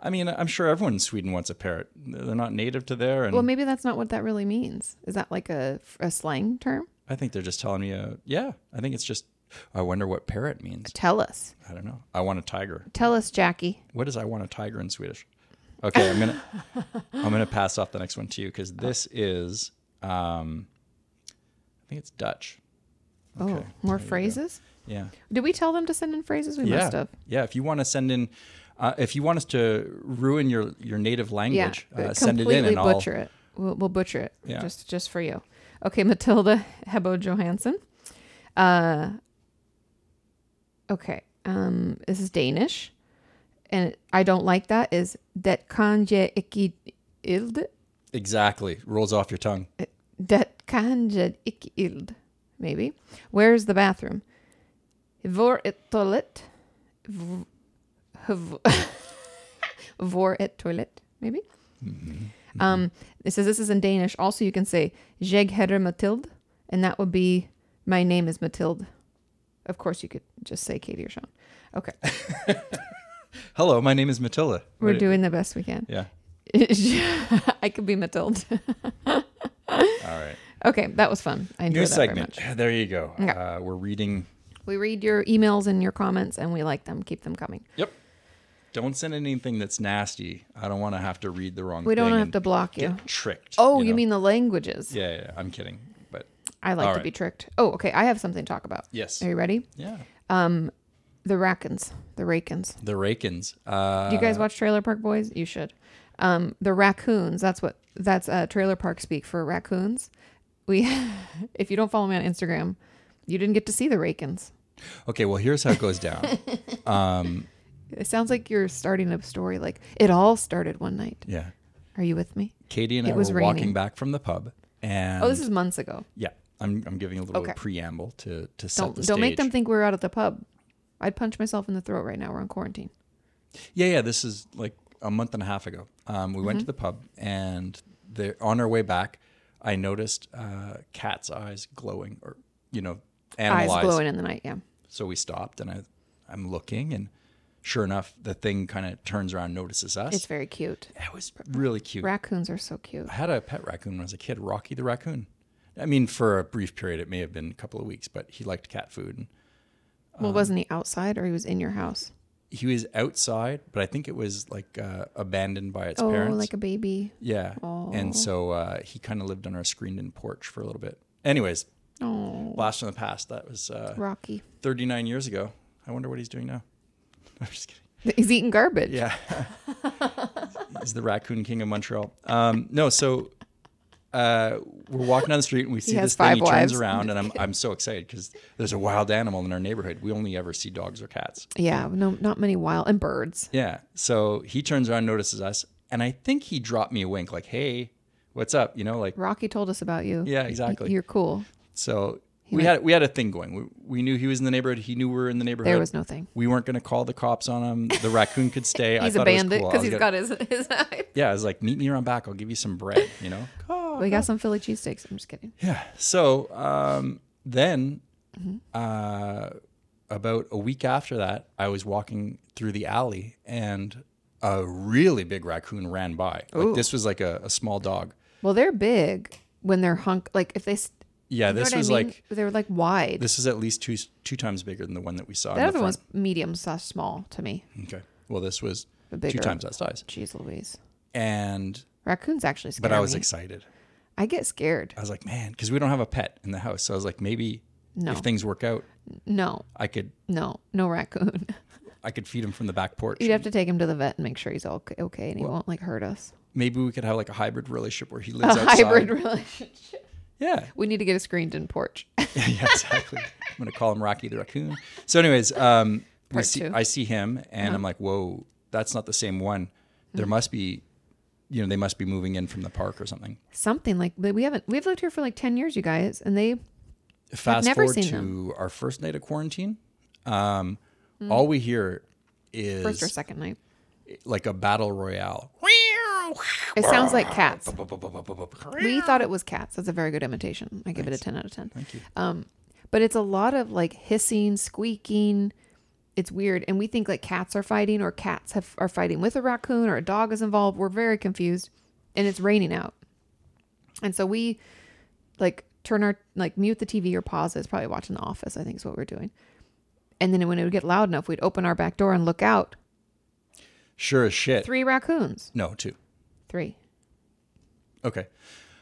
I mean, I'm sure everyone in Sweden wants a parrot. They're not native to there, and Well, maybe that's not what that really means. Is that like a, a slang term? I think they're just telling me, uh, yeah, I think it's just. I wonder what parrot means. Tell us. I don't know. I want a tiger. Tell us, Jackie. What does I want a tiger in Swedish? Okay, I'm gonna I'm gonna pass off the next one to you because this is um, I think it's Dutch. Oh, more phrases? Yeah. Did we tell them to send in phrases? We yeah. must have. Yeah. If you want to send in, uh, if you want us to ruin your your native Yeah. language, uh, but send it in completely and I'll. butcher it. We'll, we'll butcher it Yeah. just just for you. Okay, Matilda Hebo Johansson. Uh, okay, um, this is Danish, and I don't like that. Is det kan je ikke ild? Exactly. Rolls off your tongue. Det kan je ikke ild? Maybe. Where's the bathroom? Vor et toilet. V- hv- Vor et toilet, maybe. Mm-hmm. Um, it says this is in Danish. Also, you can say "Jeg hedder Matilde," and that would be "My name is Matilde." Of course, you could just say Katie or Sean. Okay, Hello, my name is Matilda. we're doing the best we can. Yeah. I could be Matilde. All right. Okay, that was fun. I enjoyed New that very much. segment. There you go. Okay. Uh, we're reading. We read your emails and your comments, and we like them. Keep them coming. Yep. Don't send anything that's nasty. I don't want to have to read the wrong. We don't thing have and to block you. get tricked. Oh, you know? mean the languages? Yeah, yeah, I'm kidding. But I like All to right. be tricked. Oh, okay. I have something to talk about. yes, Are you ready? yeah, The Rackens. The Rakens. the Rakens. Uh, Do you guys watch Trailer Park Boys? You should. Um, the raccoons. That's what. That's uh, Trailer Park speak for raccoons. We, if you don't follow me on Instagram, you didn't get to see the Rakens. okay, well, here's how it goes down. It sounds like you're starting a story. Like it all started one night. yeah, Are you with me? Katie and It I was were raining. walking back from the pub, and Oh, this is months ago. yeah, I'm, I'm giving a little Okay. preamble to to set Don't the don't stage. make them think we're out at the pub. I'd punch myself in the throat right now. We're on quarantine. Yeah, yeah. This is like a month and a half ago. Um, we Mm-hmm. went to the pub, and there, on our way back, I noticed uh, cat's eyes glowing, or you know, animal Eyes eyes. glowing in the night. Yeah. So we stopped, and I, I'm looking, and sure enough, the thing kind of turns around, notices us. It's very cute. it was really cute. Raccoons are so cute. I had a pet raccoon when I was a kid, Rocky the raccoon. I mean, for a brief period, it may have been a couple of weeks, but he liked cat food. And Um, Well, wasn't he outside or he was in your house? he was outside, but I think it was like uh, abandoned by its Oh, parents. like a baby. Yeah. Oh. And so uh, he kind of lived on our screened in porch for a little bit. Anyways, Oh, blast from the past. That was uh, Rocky. 39 years ago. I wonder what he's doing now. I'm just kidding. He's eating garbage. Yeah. he's the raccoon king of Montreal. Um, no, so uh, we're walking down the street and we see has this thing. He five turns wives. around and I'm, I'm so excited because there's a wild animal in our neighborhood. We only ever see dogs or cats. Yeah, no, not many wild and birds. Yeah. So he turns around, notices us, and I think he dropped me a wink like, hey, what's up? You know, like, Rocky told us about you. yeah, exactly. You're cool. So we had we had a thing going. We, we knew he was in the neighborhood. He knew we were in the neighborhood. There was no thing. We weren't going to call the cops on him. The raccoon could stay. He's I a thought it was bandit cool. I because was he's got gonna- his his eye. Yeah, I was like, meet me around back. I'll give you some bread. You know. We got some Philly cheesesteaks. I'm just kidding. yeah. So um, then, Mm-hmm. uh, about a week after that, I was walking through the alley and a really big raccoon ran by. Like this was like a, a small dog. Well, they're big when they're hunk. Like if they. s- Yeah, you know this what I was mean? like they were like wide. this was at least two two times bigger than the one that we saw. in that the other front. one's medium slash small to me. Okay. Well, this was The two bigger- times that size, Jeez Louise, and raccoons actually scare but I was me. excited. I get scared. I was like, man, because we don't have a pet in the house, so I was like, maybe No. if things work out, No, I could no, no raccoon. I could feed him from the back porch. You'd have to take him to the vet and make sure he's all c- okay and he won't like hurt us. Maybe we could have like a hybrid relationship where he A lives outside. hybrid relationship. Yeah. We need to get a screened-in porch. yeah, yeah, exactly. I'm gonna call him Rocky the raccoon. So, anyways, um, we Part see, two. Uh-huh. I see him, and I'm like, whoa, that's not the same one. There must be, you know, they must be moving in from the park or something. Something like but we haven't. We've lived here for like ten years, you guys, and they fast never forward seen to them. Mm. our first night of quarantine um, all we hear is first or second night. like a battle royale It sounds like cats. We we thought it was cats. That's a very good imitation. I give it a 10 out of 10. Thank you. Um, but it's a lot of like hissing, squeaking. It's weird. And we think like cats are fighting or cats have, are fighting with a raccoon or a dog is involved. We're very confused. And it's raining out. And so we like turn our, like mute the TV or pause it. It's probably watching The Office, I think is what we're doing. And then when it would get loud enough, we'd open our back door and look out. sure as shit Three raccoons. no two Three. okay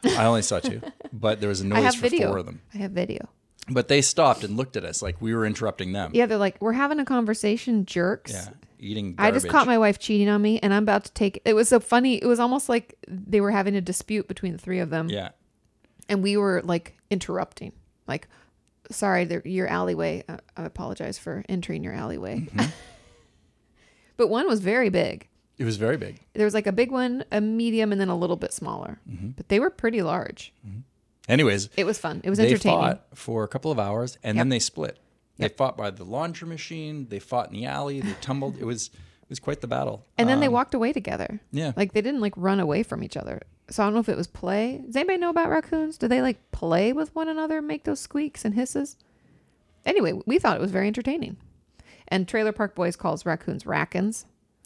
i only saw two but there was a noise I have for video. four of them I have video. but they stopped and looked at us like we were interrupting them Yeah, they're like, we're having a conversation, jerks. Yeah, eating I garbage. just caught my wife cheating on me, and I'm about to take. It was so funny. It was almost like they were having a dispute between the three of them, yeah and we were like interrupting, like, "Sorry, the- your alleyway. I, I apologize for entering your alleyway." Mm-hmm. but one was very big. it was very big There was like a big one, a medium, and then a little bit smaller. Mm-hmm. But they were pretty large. anyways It was fun. It was they entertaining. fought for a couple of hours and then Yep. they split. They fought by the laundry machine. They fought in the alley. They tumbled. it was it was quite the battle. And then they walked away together. yeah. Like they didn't like run away from each other. So I don't know if it was play. Does anybody know about raccoons? Do they like play with one another, make those squeaks and hisses? Anyway, we thought it was very entertaining. And Trailer Park Boys calls raccoons rackins,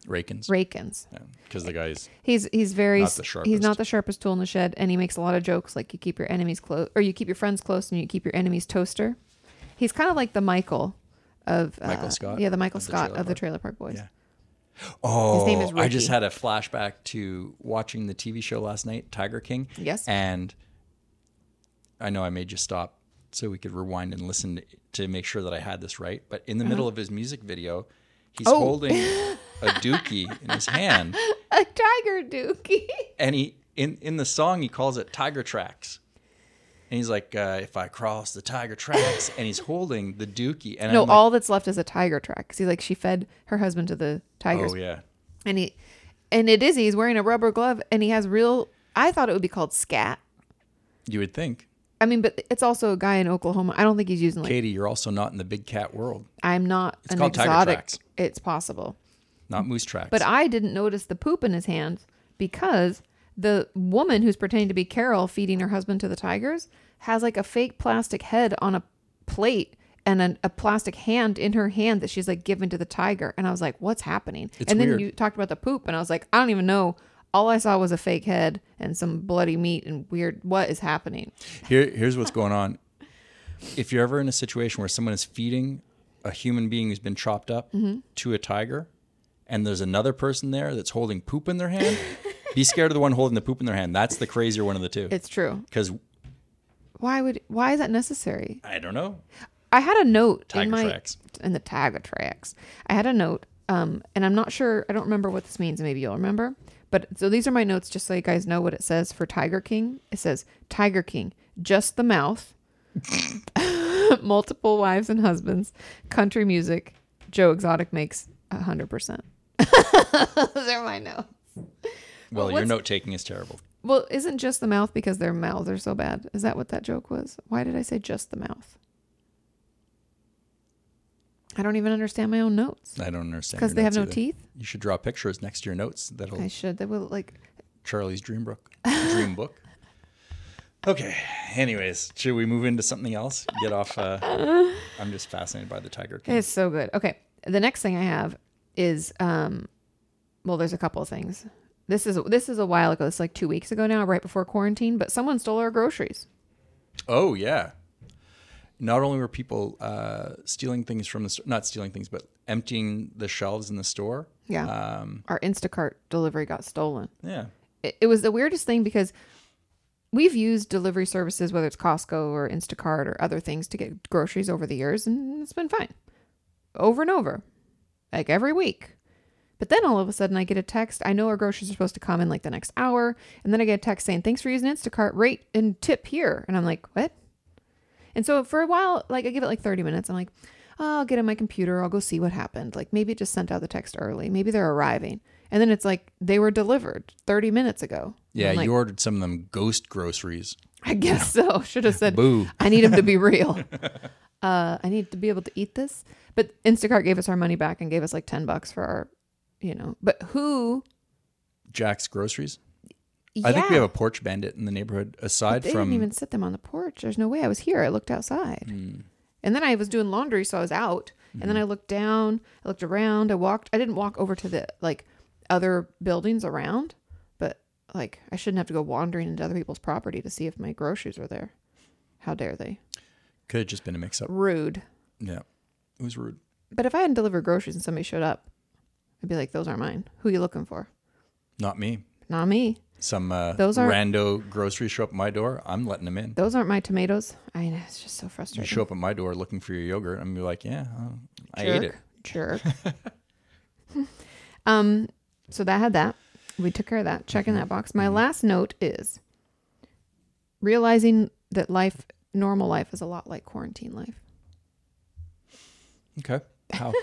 Rakins. rakins. Because the guys, He's he's very Not the he's sharpest. not the sharpest tool in the shed, and he makes a lot of jokes like you keep your enemies close or you keep your friends close and you keep your enemies toaster. He's kind of like the Michael of uh, Michael Scott Yeah, the Michael of the Scott Trailer of the Park. Trailer Park Boys. Yeah. oh, His name is I just Ricky. had a flashback to watching the TV show last night, Tiger King. Yes. And I know I made you stop so we could rewind and listen to, to make sure that I had this right. But in the middle of his music video, he's Uh-huh. Oh. holding a dookie in his hand. A tiger dookie. and he in in the song he calls it tiger tracks and he's like uh, if i cross the tiger tracks and he's holding the dookie and No, I'm like, all that's left is a tiger track. 'Cause he like she fed her husband to the tigers, oh yeah and he, and it is he's wearing a rubber glove, and he has real. I thought it would be called scat, you would think I mean, but it's also a guy in Oklahoma. I don't think he's using like Katie, you're also not in the big cat world, I'm not It's an called Tiger exotic. Tracks. It's possible. not moose tracks. But I didn't notice the poop in his hands because the woman who's pretending to be Carol feeding her husband to the tigers has like a fake plastic head on a plate and an, a plastic hand in her hand that she's like given to the tiger. And I was like, what's happening? It's and then weird. you talked about the poop, and I was like, I don't even know. All I saw was a fake head and some bloody meat and weird. What is happening? Here, here's what's going on. If you're ever in a situation where someone is feeding a human being who's been chopped up Mm-hmm. to a tiger, and there's another person there that's holding poop in their hand, be scared of the one holding the poop in their hand. That's the crazier one of the two. It's true. Because Why would? Why is that necessary? I don't know. I had a note in Tiger my tracks. in the tiger tracks. I had a note, um, and I'm not sure. I don't remember what this means. Maybe you'll remember. But so these are my notes, just so you guys know what it says for Tiger King. It says Tiger King, just the mouth, multiple wives and husbands, country music. Joe Exotic makes hundred percent. Those are my notes. Well, your what's- note taking is terrible. Well, isn't just the mouth because their mouths are so bad? Is that what that joke was? Why did I say just the mouth? I don't even understand my own notes I don't understand. because your they have notes no either. teeth. You should draw pictures next to your notes. That'll I should. They will like. Charlie's dream book. Dream book. Okay. Anyways, should we move into something else? Get off. Uh, I'm just fascinated by the tiger. King. It's so good. Okay, the next thing I have is um, well, there's a couple of things. This is this is a while ago. It's like two weeks ago now, right before quarantine. But someone stole our groceries. Oh yeah. Not only were people uh, stealing things from the store, not stealing things, but emptying the shelves in the store. Yeah, Um, our Instacart delivery got stolen. yeah. it, it was the weirdest thing because we've used delivery services, whether it's Costco or Instacart or other things, to get groceries over the years, and it's been fine over and over, like every week. But then all of a sudden, I get a text. I know our groceries are supposed to come in like the next hour, and then I get a text saying, "Thanks for using Instacart. Rate and tip here." And I'm like, "What?" And so for a while, like I give it like 30 minutes. I'm like, oh, I'll get on my computer. I'll go see what happened. Like maybe it just sent out the text early. Maybe they're arriving. And then it's like they were delivered 30 minutes ago. And Yeah. I'm like, you ordered some of them ghost groceries. I guess so. Should have said, Boo. I need him to be real. uh, I need to be able to eat this. But Instacart gave us our money back and gave us like 10 bucks for our, you know, but who? Jack's groceries. Yeah. I think we have a porch bandit in the neighborhood. Aside they from didn't even set them on the porch. There's no way. I was here. I looked outside. Hmm. And then I was doing laundry, so I was out. And then I looked down, I looked around, I walked. I didn't walk over to the like other buildings around, but like I shouldn't have to go wandering into other people's property to see if my groceries were there. How dare they? could have just been a mix up. Rude. Yeah. It was rude. But if I hadn't delivered groceries and somebody showed up, I'd be like, those aren't mine. Who you looking for? Not me. Not me. Some uh, Those aren't- rando groceries show up at my door. I'm letting them in. Those aren't my tomatoes. I know. It's just so You frustrating. show up at my door looking for your yogurt. I'm gonna be like, yeah, uh, I ate it. Jerk. um, so that had that. We took care of that. Check in Mm-hmm. that box. My last note is realizing that life, normal life, is a lot like quarantine life Okay. How?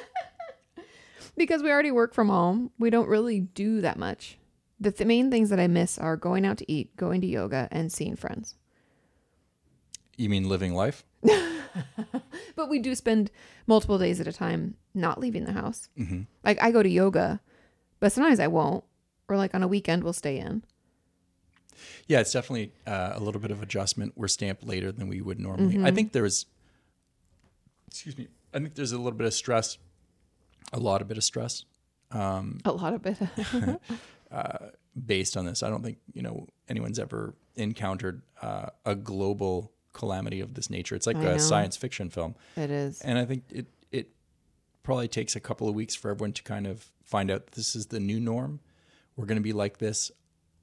because we already work from home. We don't really do that much. The th- main things that I miss are going out to eat, going to yoga, and seeing friends. you mean living life? But we do spend multiple days at a time not leaving the house. Mm-hmm. Like I go to yoga, but sometimes I won't. Or like on a weekend, we'll stay in. Yeah, it's definitely uh, a little bit of adjustment. We're stamped later than we would normally. Mm-hmm. I think there was, excuse me, I think there's a little bit of stress, a lot of bit of stress A lot of it. based on this. I don't think you know anyone's ever encountered uh, a global calamity of this nature. It's like I a know. science fiction film, It is. and I think it it probably takes a couple of weeks for everyone to kind of find out this is the new norm. We're going to be like this.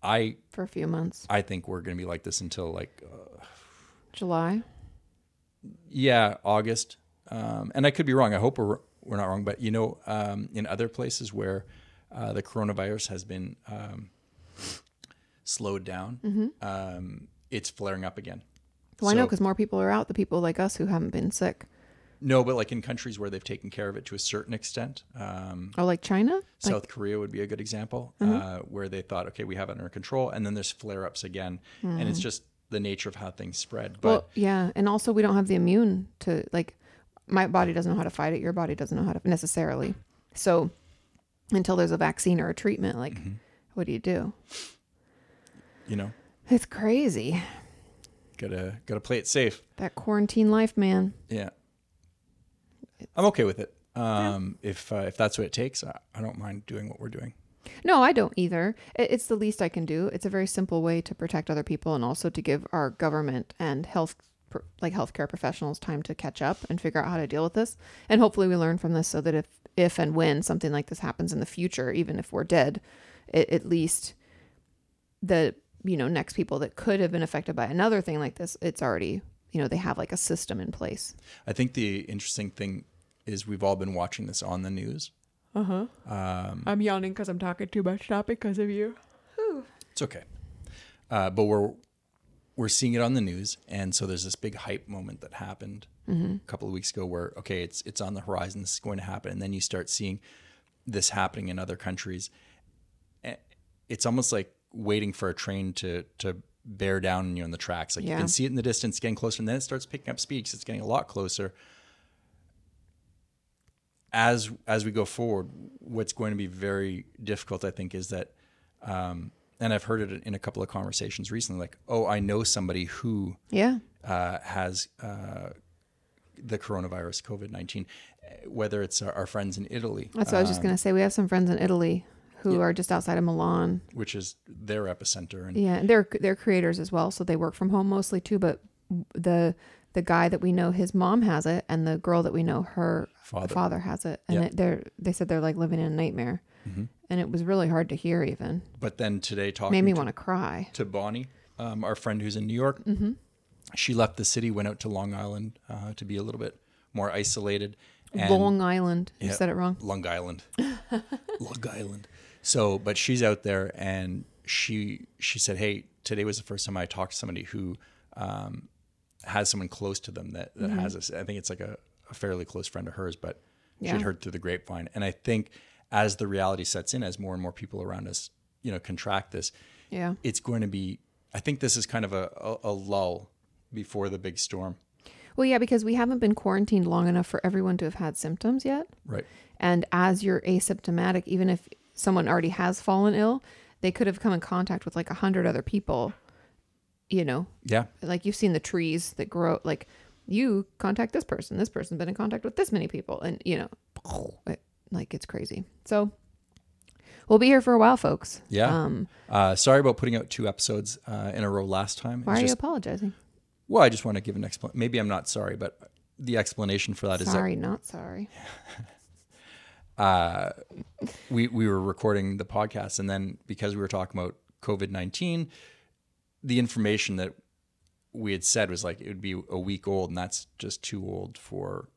I For a few months. I think we're going to be like this until like July. yeah august um, and i could be wrong i hope we're, we're not wrong but you know um, in other places where uh, the coronavirus has been um, slowed down Mm-hmm. um, it's flaring up again Well, I know So- because more people are out, the people like us who haven't been sick. no but like in countries where they've taken care of it to a certain extent um, Oh, like Mm-hmm. China? south korea would be a good example uh, where they thought okay we have it under control and then there's flare-ups again and it's just the the nature of how things spread. But Mm. well, yeah, and also we don't have the immune to like my body doesn't know how to fight it. Your body doesn't know how to necessarily. So until there's a vaccine or a treatment, like what do you do? you know, It's crazy gotta gotta play it safe. that quarantine life, man. Yeah, I'm okay with it. Um, If uh, if that's what it takes, I, I don't mind doing what we're doing. No, I don't either. It- It's the least I can do. It's a very simple way to protect other people and also to give our government and health pro- like healthcare professionals time to catch up and figure out how to deal with this. And hopefully we learn from this so that if if and when something like this happens in the future, even if we're dead, it, at least the you know next people that could have been affected by another thing like this, it's already you know they have like a system in place. I think the interesting thing is we've all been watching this on the news. I'm yawning because I'm talking too much, not because of you. It's okay, uh, but we're we're seeing it on the news, and so there's this big hype moment that happened a couple of weeks ago, where okay, it's it's on the horizon, this is going to happen, and then you start seeing this happening in other countries. A- It's almost like waiting for a train to to bear down on you on the tracks. Like you Yeah. can see it in the distance, getting closer, and then it starts picking up speed 'cause it's getting a lot closer. as as we go forward, what's going to be very difficult, I think, is that, um, and I've heard it in a couple of conversations recently. Like, oh, I know somebody who Yeah. uh, has uh, the coronavirus, COVID nineteen, eh, whether it's our, our friends in Italy, uh, That's what I was just gonna say. We have some friends in Italy who are just outside of Milan which is their epicenter, and Yeah, and they're they're creators as well, so they work from home mostly too. But the the guy that we know, his mom has it, and the girl that we know, her Father. has it, and Yeah. Mm-hmm. it, they're they said they're like living in a nightmare, and it was really hard to hear. Even but then today talking made me to- want to cry. to Bonnie, um, our friend who's in New York. Mm-hmm. She left the city, went out to Long Island uh, to be a little bit more isolated. and- Long Island, you Yeah. said it wrong. Long Island. Long Island. So, but she's out there, and she she said, "Hey, today was the first time I talked to somebody who um, has someone close to them that that Mm-hmm. has this. I think it's like a, a fairly close friend of hers, but Yeah. she'd heard through the grapevine. And I think as the reality sets in, as more and more people around us, you know, contract this, Yeah, it's going to be. I think this is kind of a, a, a lull before the big storm, well, yeah, because we haven't been quarantined long enough for everyone to have had symptoms yet. right? And as you're asymptomatic, even if someone already has fallen ill, they could have come in contact with like a hundred other people. You know, Yeah, like you've seen the trees that grow like you contact this person this person's been in contact with this many people and you know it, like it's crazy so we'll be here for a while folks yeah. um Uh, sorry about putting out two episodes uh, in a row last time. It's why are you just- apologizing well, I just want to give an explanation. Maybe I'm not sorry, but the explanation for that is sorry not sorry that uh, we we were recording the podcast, and then because we were talking about COVID nineteen, the information that we had said was like it would be a week old, and that's just too old for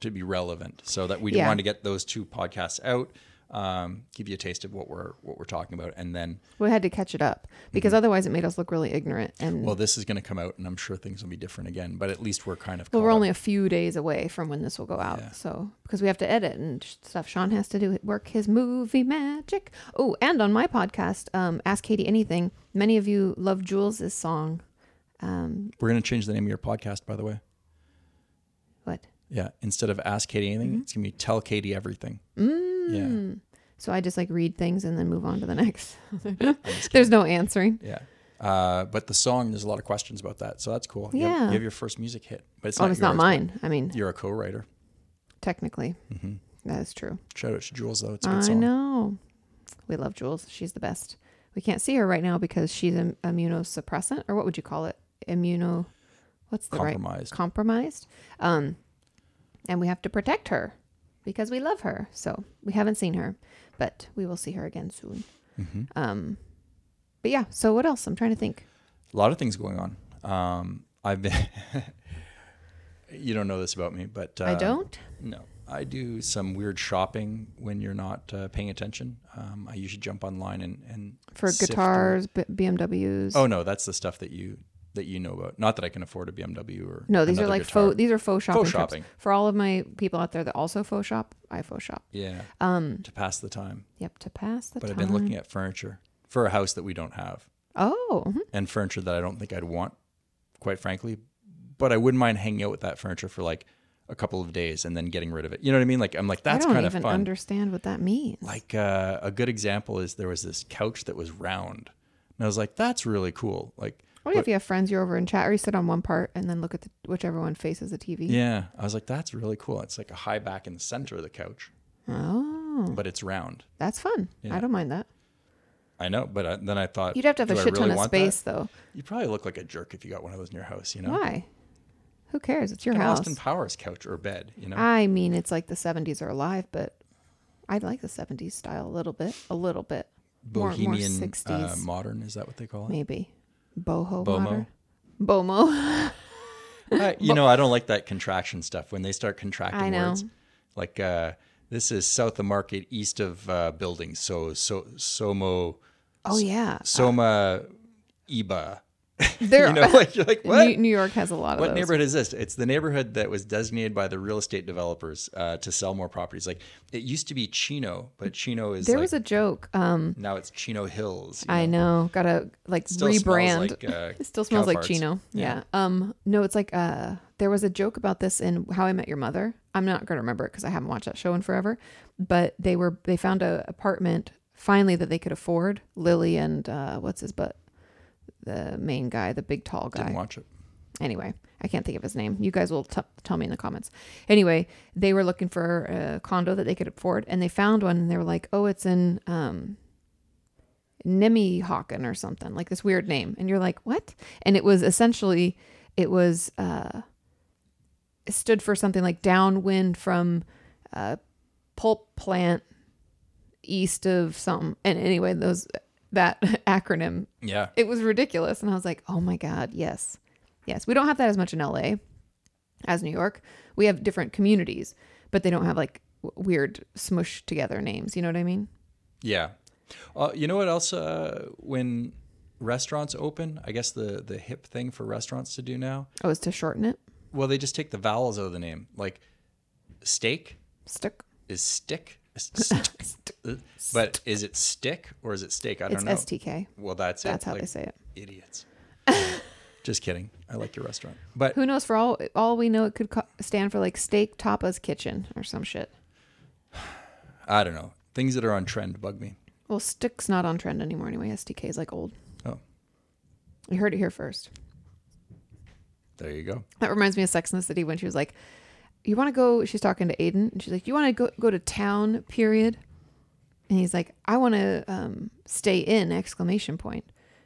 to be relevant. So that we Yeah. wanted to get those two podcasts out, um, give you a taste of what we're what we're talking about, and then we had to catch it up because otherwise it made us look really ignorant and Mm-hmm. well, well, this is going to come out, and I'm sure things will be different again. But at least we're kind of we're caught up. only a few days away from when this will go out Yeah. so because we have to edit and sh- stuff sean has to do work his movie magic oh and on my podcast um ask katie anything many of you love jules' song um We're going to change the name of your podcast, by the way. what Yeah. Instead of ask Katie anything, Mm-hmm. it's going to be tell Katie everything. Hmm. Mm. So I just like read things and then move on to the next. There's no answering. Yeah. Yeah. Uh, but the song, there's a lot of questions about that. So that's cool. You have- Yeah. you have your first music hit, but it's oh, not it's not yours, mine. I mean, but You're a co writer. technically, That is true. Shout out to Jules, though. It's a good I song. know. We love Jules. She's the best. We can't see her right now because she's im- immunosuppressant, or what would you call it? Immuno. What's the right? Compromised. Compromised. Um, and we have to protect her because we love her. So we haven't seen her, but we will see her again soon. Mm-hmm. Um, but yeah. So what else? I'm trying to think. A lot of things going on. Um, I've been, you don't know this about me, but uh, I don't. No, I do some weird shopping when you're not uh, paying attention. Um, I usually jump online and, and for sift through- guitars, B- BMWs. Oh no, that's the stuff that you that you know about. Not that I can afford a BMW or no, these are another like guitar. faux. These are faux shopping. Faux trips. shopping. for all of my people out there that also faux shop. I faux shop. Yeah, Um, to pass the time. yep, to pass the But time. I've been looking at furniture for a house that we don't have, Oh, mhm. and furniture that I don't think I'd want quite frankly. But I wouldn't mind hanging out with that furniture for like a couple of days and then getting rid of it. You know what I mean? Like I'm like that's I don't kind of even fun. understand what that means. like uh, a good example is there was this couch that was round, and I was like, that's really cool. Like What if you have friends you're over in chat or you sit on one part and then look at the, whichever one faces the TV? yeah, I was like, that's really cool. It's like a high back in the center of the couch, Oh, but it's round. that's fun. I don't mind that. I know, but I, then I thought You'd have to have "Do a I shit really ton of want that?" space, though. You probably look like a jerk if you got one of those in your house, you know? Why? Who cares? It's your An house. Ah, Austin Powers couch or bed, you know? I mean, it's like the 70s are alive, but I like the 70s style a little bit, a little bit. More- Bohemian more, uh, 60s, modern, is that what they call it? maybe. Boho Bomo. modern. Bomo. I- you know, I don't like that contraction stuff when they start contracting I know. words. Like uh, this is south of market, east of uh, buildings. So so Somo Oh yeah, Soma Iba. there. You know, like you're like what? New, New York has a lot of What those. neighborhood is this? It's the neighborhood that was designated by the real estate developers uh, to sell more properties. Like it used to be Chino, but Chino is there like, was a joke. Um, now it's Chino Hills. you I know. Gotta like Still smells rebrand. like, uh, it still smells cow like farts. Chino. Yeah. Um. No, it's like uh. There was a joke about this in How I Met Your Mother. I'm not gonna remember it because I haven't watched that show in forever. But they were they found a apartment finally that they could afford. Lily and uh, what's his butt, the main guy, the big tall guy Didn't watch it. anyway i can't think of his name you guys will t- tell me in the comments anyway they were looking for a condo that they could afford and they found one and they were like oh it's in um Nemihocken or something like this weird name and you're like what and it was essentially it was uh it stood for something like downwind from uh pulp plant east of something and anyway those that acronym Yeah. it was ridiculous and i was like oh my god yes yes we don't have that as much in la as new york we have different communities but they don't have like w- weird smushed together names you know what i mean Yeah. Uh, you know what else? Uh, when restaurants open, I guess the the hip thing for restaurants to do now. oh it's to shorten it Well, they just take the vowels out of the name. Like steak stick is stick, S- st- but is it stick or is it steak? I don't it's know. stk Well, that's it. that's how they Like, say it Idiots. just kidding. I like your restaurant, but who knows for all all we know it could co- stand for like steak tapas kitchen or some shit I don't know. Things that are on trend bug me. well stick's not on trend anymore anyway stk is like old Oh, you heard it here first there you go. That reminds me of Sex in the City when she was like, "You want to go?" She's talking to Aiden, and she's like, "You want to go go to town?" Period. And he's like, "I want to um, stay in!" Exclamation point.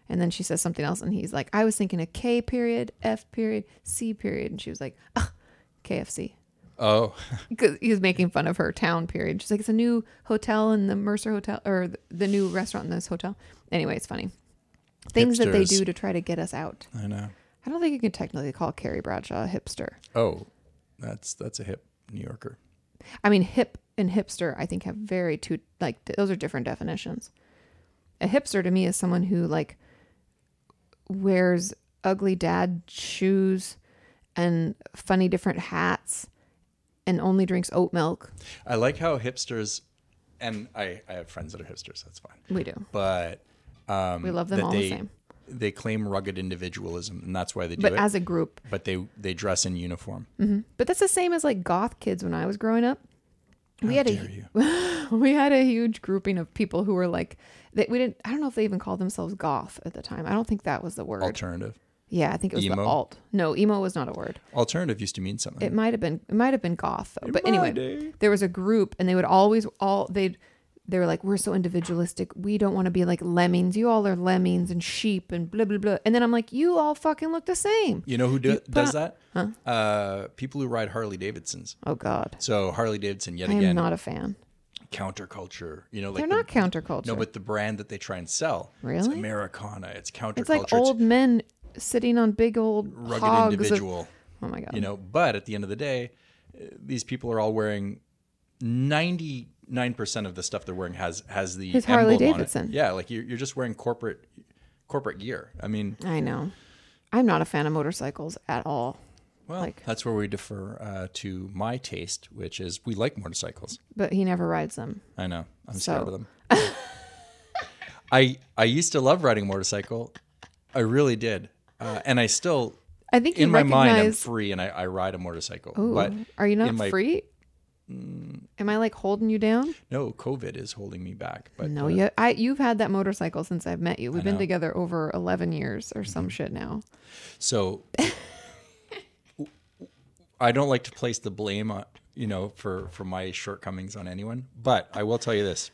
And then she says something else, and he's like, "I was thinking a K period, F period, C period," and she was like, Ugh, "KFC." Oh, Because he was making fun of her town period. She's like, "It's a new hotel in the Mercer Hotel, or th- the new restaurant in this hotel." Anyway, it's funny. Things that they Hipsters. do to try to get us out. I know. I don't think you can technically call Carrie Bradshaw a hipster. Oh, that's that's a hip New Yorker. I mean, hip and hipster, I think, have very two like th- those are different definitions. A hipster to me is someone who like wears ugly dad shoes and funny different hats and only drinks oat milk. I like how hipsters, and I, I have friends that are hipsters. That's fine, We do. but um, We love them that all they, the same. They claim rugged individualism, and that's why they do But it. as a group, but they they dress in uniform. but that's the same as like goth kids when I was growing up. We How had a dare you? we had a huge grouping of people who were like that we didn't I don't know if they even called themselves goth at the time. I don't think that was the word. alternative. yeah, I think it was Emo? the alt. No, emo was not a word. Alternative used to mean something. It might have been it might have been goth though. but my anyway, day. there was a group and they would always all they'd they were like, We're so individualistic, we don't want to be like lemmings. You all are lemmings and sheep and blah blah blah. And then I'm like, You all fucking look the same. you know who do, does on- that? Uh, people who ride Harley Davidsons. Oh God. So Harley Davidson yet I am again not a fan. counterculture. You know, like They're the- not counterculture. no, but the brand that they try and sell. It's Really? Americana. It's counterculture. it's like old men sitting on big old rugged hogs of- individual. oh my god. you know but at the end of the day uh, these people are all wearing 99% of the stuff they're wearing has has the His Harley emblem on it. Davidson. yeah like you're, you're just wearing corporate corporate gear i mean I know. I'm not a fan of motorcycles at all. well Like- that's where we defer uh, to my taste which is we like motorcycles But he never rides them. i know i'm scared of So- them i i used to love riding a motorcycle i really did uh, and i still I think you in my recognize. mind, I'm free and I, I ride a motorcycle. Ooh, but are you not in my- free? Mm. Am I like holding you down? no, COVID is holding me back. But No, uh, you. I you've had that motorcycle since I've met you. We've been know. Mm-hmm. together over eleven years or some shit now. So I don't like to place the blame on you know for for my shortcomings on anyone, but I will tell you this.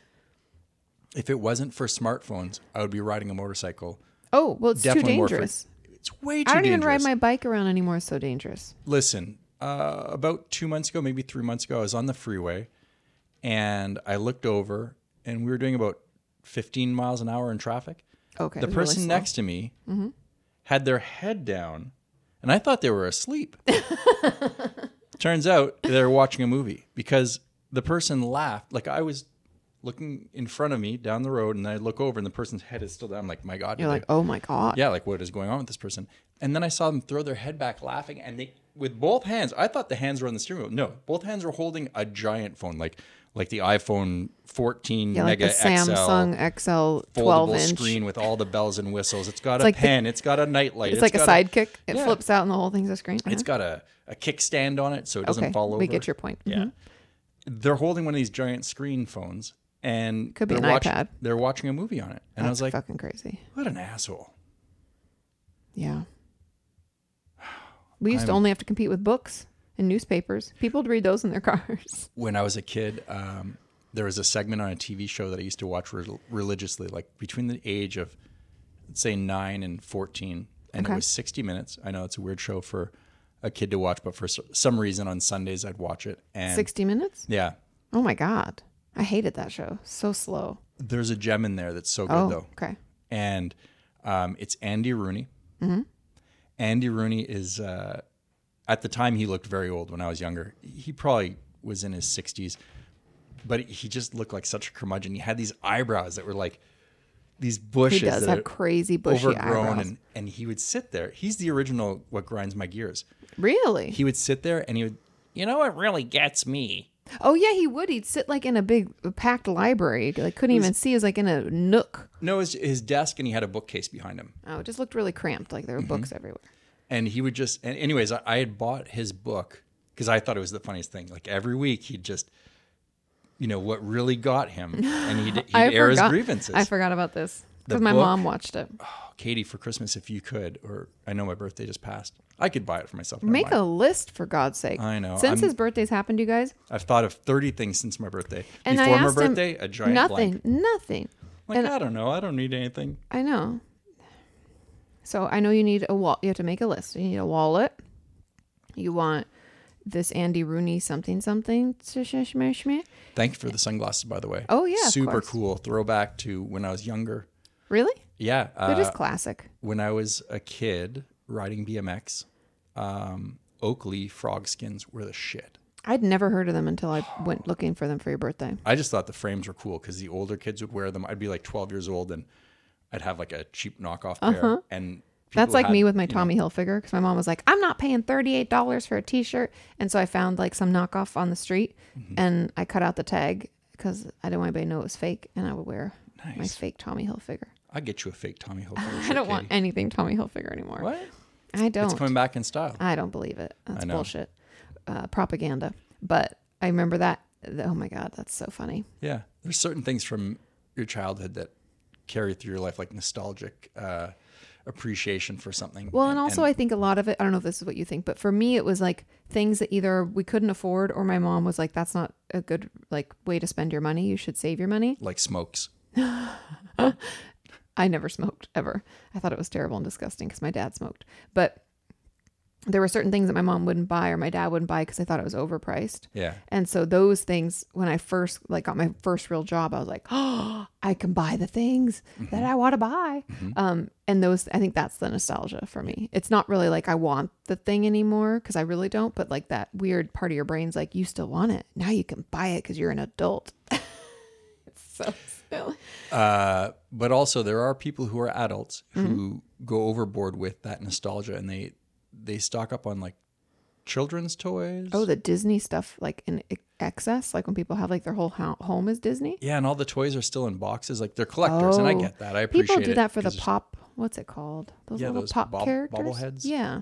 If it wasn't for smartphones, I would be riding a motorcycle. Oh well, it's Definitely too more for- dangerous. It's way too I don't even ride dangerous. my bike around anymore. It's so dangerous. Listen, uh, about two months ago, maybe three months ago, I was on the freeway and I looked over and we were doing about 15 miles an hour in traffic. Okay. it the was really person slow. Mm-hmm. next to me had their head down and i thought they were asleep turns out they were watching a movie because the person laughed like i was looking in front of me down the road and i look over and the person's head is still down i'm like my god You're did like, they- oh my god. yeah like what is going on with this person and then i saw them throw their head back laughing and they with both hands i thought the hands were on the steering wheel no both hands were holding a giant phone like like the iphone 14 Yeah, like mega the xl Samsung XL 12 foldable inch. screen with all the bells and whistles. It's got It's a like the- pen. it's got a nightlight. It's like a got sidekick. It yeah. flips out and the whole thing's a screen. It's Uh-huh. got a, a kickstand on it, so it doesn't okay. fall over. We get your point. Yeah, Mhm. they're holding one of these giant screen phones, and Could be they're an watching, iPad. They're watching a movie on it, and I was That's like, fucking crazy. "What an asshole!" Yeah. We used to only have to compete with books and newspapers. People would read those in their cars. When I was a kid, um, there was a segment on a TV show that I used to watch rel religiously, like between the age of say nine and fourteen, and Okay. it was sixty minutes. I know it's a weird show for a kid to watch, but for s- some reason on Sundays I'd watch it. And 60 minutes? yeah, Oh my God. I hated that show. So slow. there's a gem in there that's so good Oh, though, okay. and um, it's Andy Rooney. Mm-hmm. Andy Rooney is uh, at the time he looked very old when I was younger. He probably was in his 60s, but he just looked like such a curmudgeon. He had these eyebrows that were like these He bushes does that have are crazy bushy overgrown, eyebrows. and, and he would sit there. He's the original what grinds my gears. really? He would sit there and he would, you know, what really gets me oh yeah, he would. He'd sit like in a big uh, packed library. Like couldn't even see. He was like in a nook. No, his, his desk, and he had a bookcase behind him. Oh, it just looked really cramped. Like there Mm-hmm. were books everywhere. And he would just, and anyways, I, I had bought his book because I thought it was the funniest thing. Like every week, he'd just, you know, what really got him, and he'd, he'd air his grievances. I forgot about this The because my book- mom watched it. Oh, Katie, for Christmas, if you could, or I know my birthday just passed, I could buy it for myself. but I Make might. a list for God's sake. I know, Since I'm- his birthday's happened, you guys, I've thought of thirty things since my birthday. and Before I my asked birthday, him a giant nothing, blank. nothing. Like and- I don't know, I don't need anything. I know. So I know you need a wall. You have to make a list. You need a wallet. You want this Andy Rooney something something. Thank you for the sunglasses, by the way. Oh, yeah, of super course. cool throwback to when I was younger. Really? Yeah, They're uh, just classic. when I was a kid riding BMX, um, Oakley frog skins were the shit. I'd never heard of them until I went looking for them for your birthday. I just thought the frames were cool because the older kids would wear them. I'd be like 12 years old and I'd have like a cheap knockoff pair. And Uh-huh. That's people like had- me with my Tommy Hilfiger because my mom was like, "I'm not paying thirty eight dollars for a t shirt," and so I found like some knockoff on the street, Mm-hmm. and I cut out the tag because I didn't want anybody to know it was fake, and I would wear my Nice. fake Tommy Hilfiger. I get you a fake Tommy Hilfiger. I don't want anything Tommy Hilfiger anymore. What? I It's don't. coming back in style. I don't believe it. That's know. bullshit. Uh, propaganda. But I remember that. Oh my god, that's so funny. Yeah, there's certain things from your childhood that carry through your life, like nostalgic uh, appreciation for something. Well, and, also I think a lot of it, I don't know if this is what you think, but for me it was like things that either we couldn't afford or my mom was like that's not a good like way to spend your money. You should save your money. like smokes. I never smoked ever. I thought it was terrible and disgusting cuz my dad smoked. But there were certain things that my mom wouldn't buy or my dad wouldn't buy cuz I thought it was overpriced. Yeah. And so those things, when I first like got my first real job, I was like, oh, I can buy the things that I want to buy. Um, and those, I think that's the nostalgia for me. It's not really like I want the thing anymore because I really don't, but like that weird part of your brain's like, you still want it. Now you can buy it because you're an adult. it's so silly. Uh, but also there are people who are adults who Mm-hmm. go overboard with that nostalgia and they they stock up on like children's toys. Oh, the Disney stuff, like in ex- excess, like when people have like their whole ho- home is Disney. yeah, and all the toys are still in boxes. Like they're collectors, and I Oh. get that. I appreciate people do it that for the 'cause pop. What's it called? Those Yeah, little those pop bob- characters. bobbleheads. Yeah,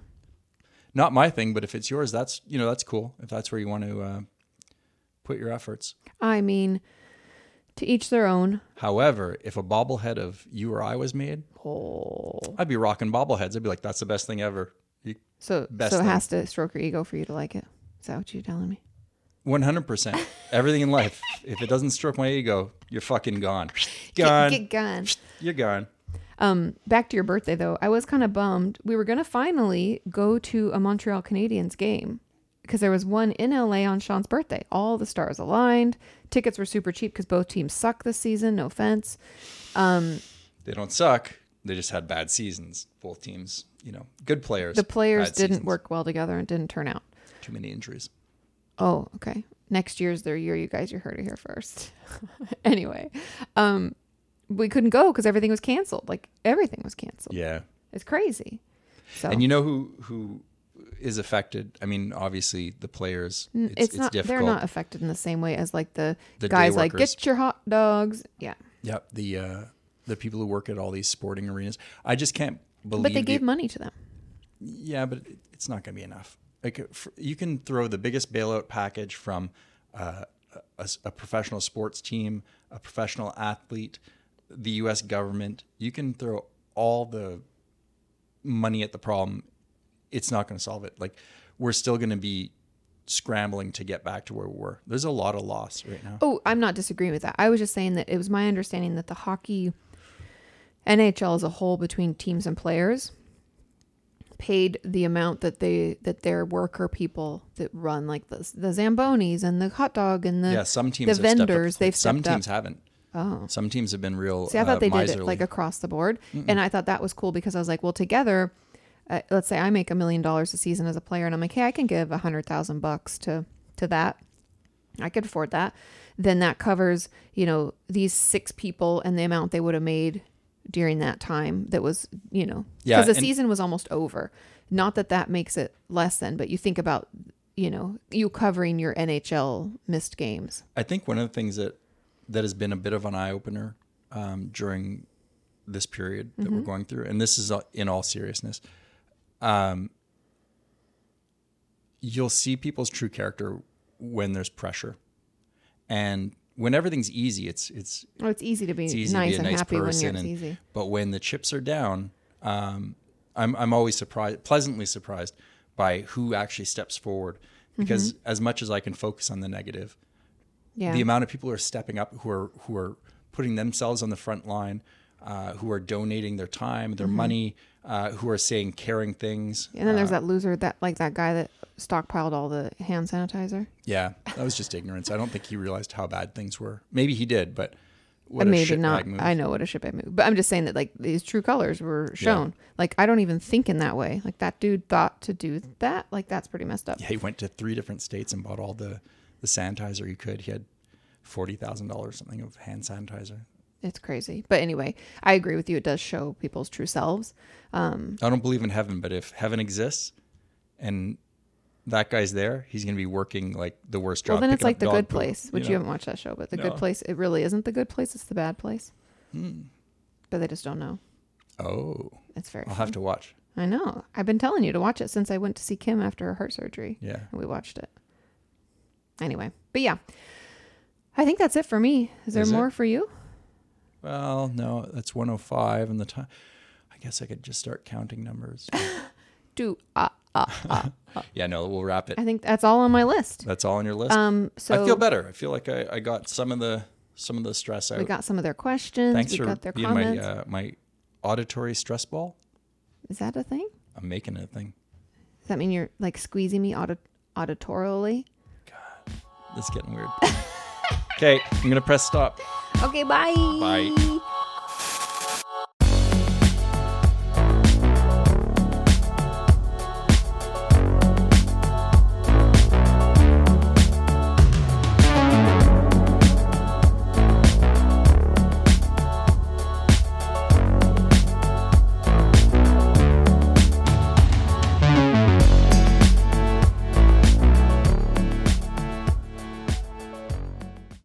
not my thing, but if it's yours, that's you know that's cool. If that's where you want to uh, put your efforts. I mean, to each their own. However, if a bobblehead of you or I was made, Oh. I'd be rocking bobbleheads. I'd be like, that's the best thing ever. You- So Best so it thing. has to stroke your ego for you to like it. Is that what you're telling me? 100%. Everything in life, if it doesn't stroke my ego, you're fucking gone. Get, Gone. get gone. You're gone. Um, back to your birthday though, I was kind of bummed. We were gonna finally go to a Montreal Canadiens game because there was one in LA on Sean's birthday. All the stars aligned. Tickets were super cheap because both teams suck this season. No offense. They don't suck. They just had bad seasons. Both teams, you know, good players. The players bad didn't seasons. work well together and didn't turn out. Too many injuries. Oh, okay. Next year's their year, you guys. You heard it here first. anyway, um, we couldn't go because everything was canceled. Like everything was canceled. Yeah. It's crazy. So And you know who who is affected? I mean, obviously the players. It's, it's, not. difficult. They're not affected in the same way as like the, The day guys like workers. get your hot dogs. Yeah, Yep. The uh, the people who work at all these sporting arenas. I just can't believe. but they the- gave money to them. Yeah, but it- it's not going to be enough. Like f you can throw the biggest bailout package from uh, a, s- a professional sports team, a professional athlete, the U.S. government. You can throw all the money at the problem. It's not going to solve it. Like we're still going to be scrambling to get back to where we were. There's a lot of loss right now. Oh, I'm not disagreeing with that. I was just saying that it was my understanding that the hockey NHL as a whole between teams and players paid the amount that they that their worker people that run like the the zambonis and the hot dog and the yeah, some teams the have stepped up. vendors Like, they've some stepped up. teams haven't. Oh. Some teams have been real. See, I thought uh, they did it miserly. like across the board, and I thought that was cool because I was like, well, together, uh, let's say I make a million dollars a season as a player, and I'm like, hey, I can give a hundred thousand bucks to to that. I could afford that. Then that covers you know these six people and the amount they would have made during that time that was you know Yeah, because the and- season was almost over. Not that that makes it less than, but you think about you know you covering your NHL missed games. I think one of the things that that has been a bit of an eye opener um, during this period that Mm-hmm. we're going through, and this is uh, in all seriousness, um, you'll see people's true character when there's pressure, and when everything's easy, it's it's Oh, it's easy to be it's easy nice to be a and nice happy when person. you're it's and- easy. But when the chips are down, um, I'm I'm always surprised, pleasantly surprised by who actually steps forward. Because Mm-hmm. as much as I can focus on the negative, Yeah. the amount of people who are stepping up who are who are putting themselves on the front line uh, who are donating their time their money uh, who are saying caring things And then there's Mm-hmm. that loser that like that guy that stockpiled all the hand sanitizer. yeah that was just ignorance i don't think he realized how bad things were maybe he did but what And a Maybe shitbag not. move. I know what a shitbag move. But I'm just saying that like these true colors were shown. Like I don't even think in that way. Like that dude thought to do that. Like that's pretty messed up. yeah, he went to three different states and bought all the the sanitizer he could he had forty thousand dollars something of hand sanitizer It's crazy. But anyway, I agree with you. It does show people's true selves. Um, I don't believe in heaven, but if heaven exists and that guy's there, he's going to be working like the worst job. well, then it's picking like up the dog good poop, place, which you, know? haven't watched that show, but the good No. place. It really isn't the good place. It's the bad place. Hmm. But they just don't know. Oh, It's very. I'll have to watch. I know. I've been telling you to watch it since I went to see Kim after her heart surgery. Yeah. And we watched it. Anyway, but yeah. I think that's it for me. Is there Is it? more for you? Well, no, that's 105 and the time. I guess I could just start counting numbers. Do uh, uh, uh. yeah, no, we'll wrap it. I think that's all on my list. That's all on your list. Um so I feel better. I feel like I, I got some of the some of the stress out. we got some of their questions. Thanks we for got their being my comments. uh, my auditory stress ball. Is that a thing? I'm making it a thing. Does that mean you're like squeezing me audit- auditorily? It's getting weird. okay, I'm gonna press stop. Okay, bye. Bye.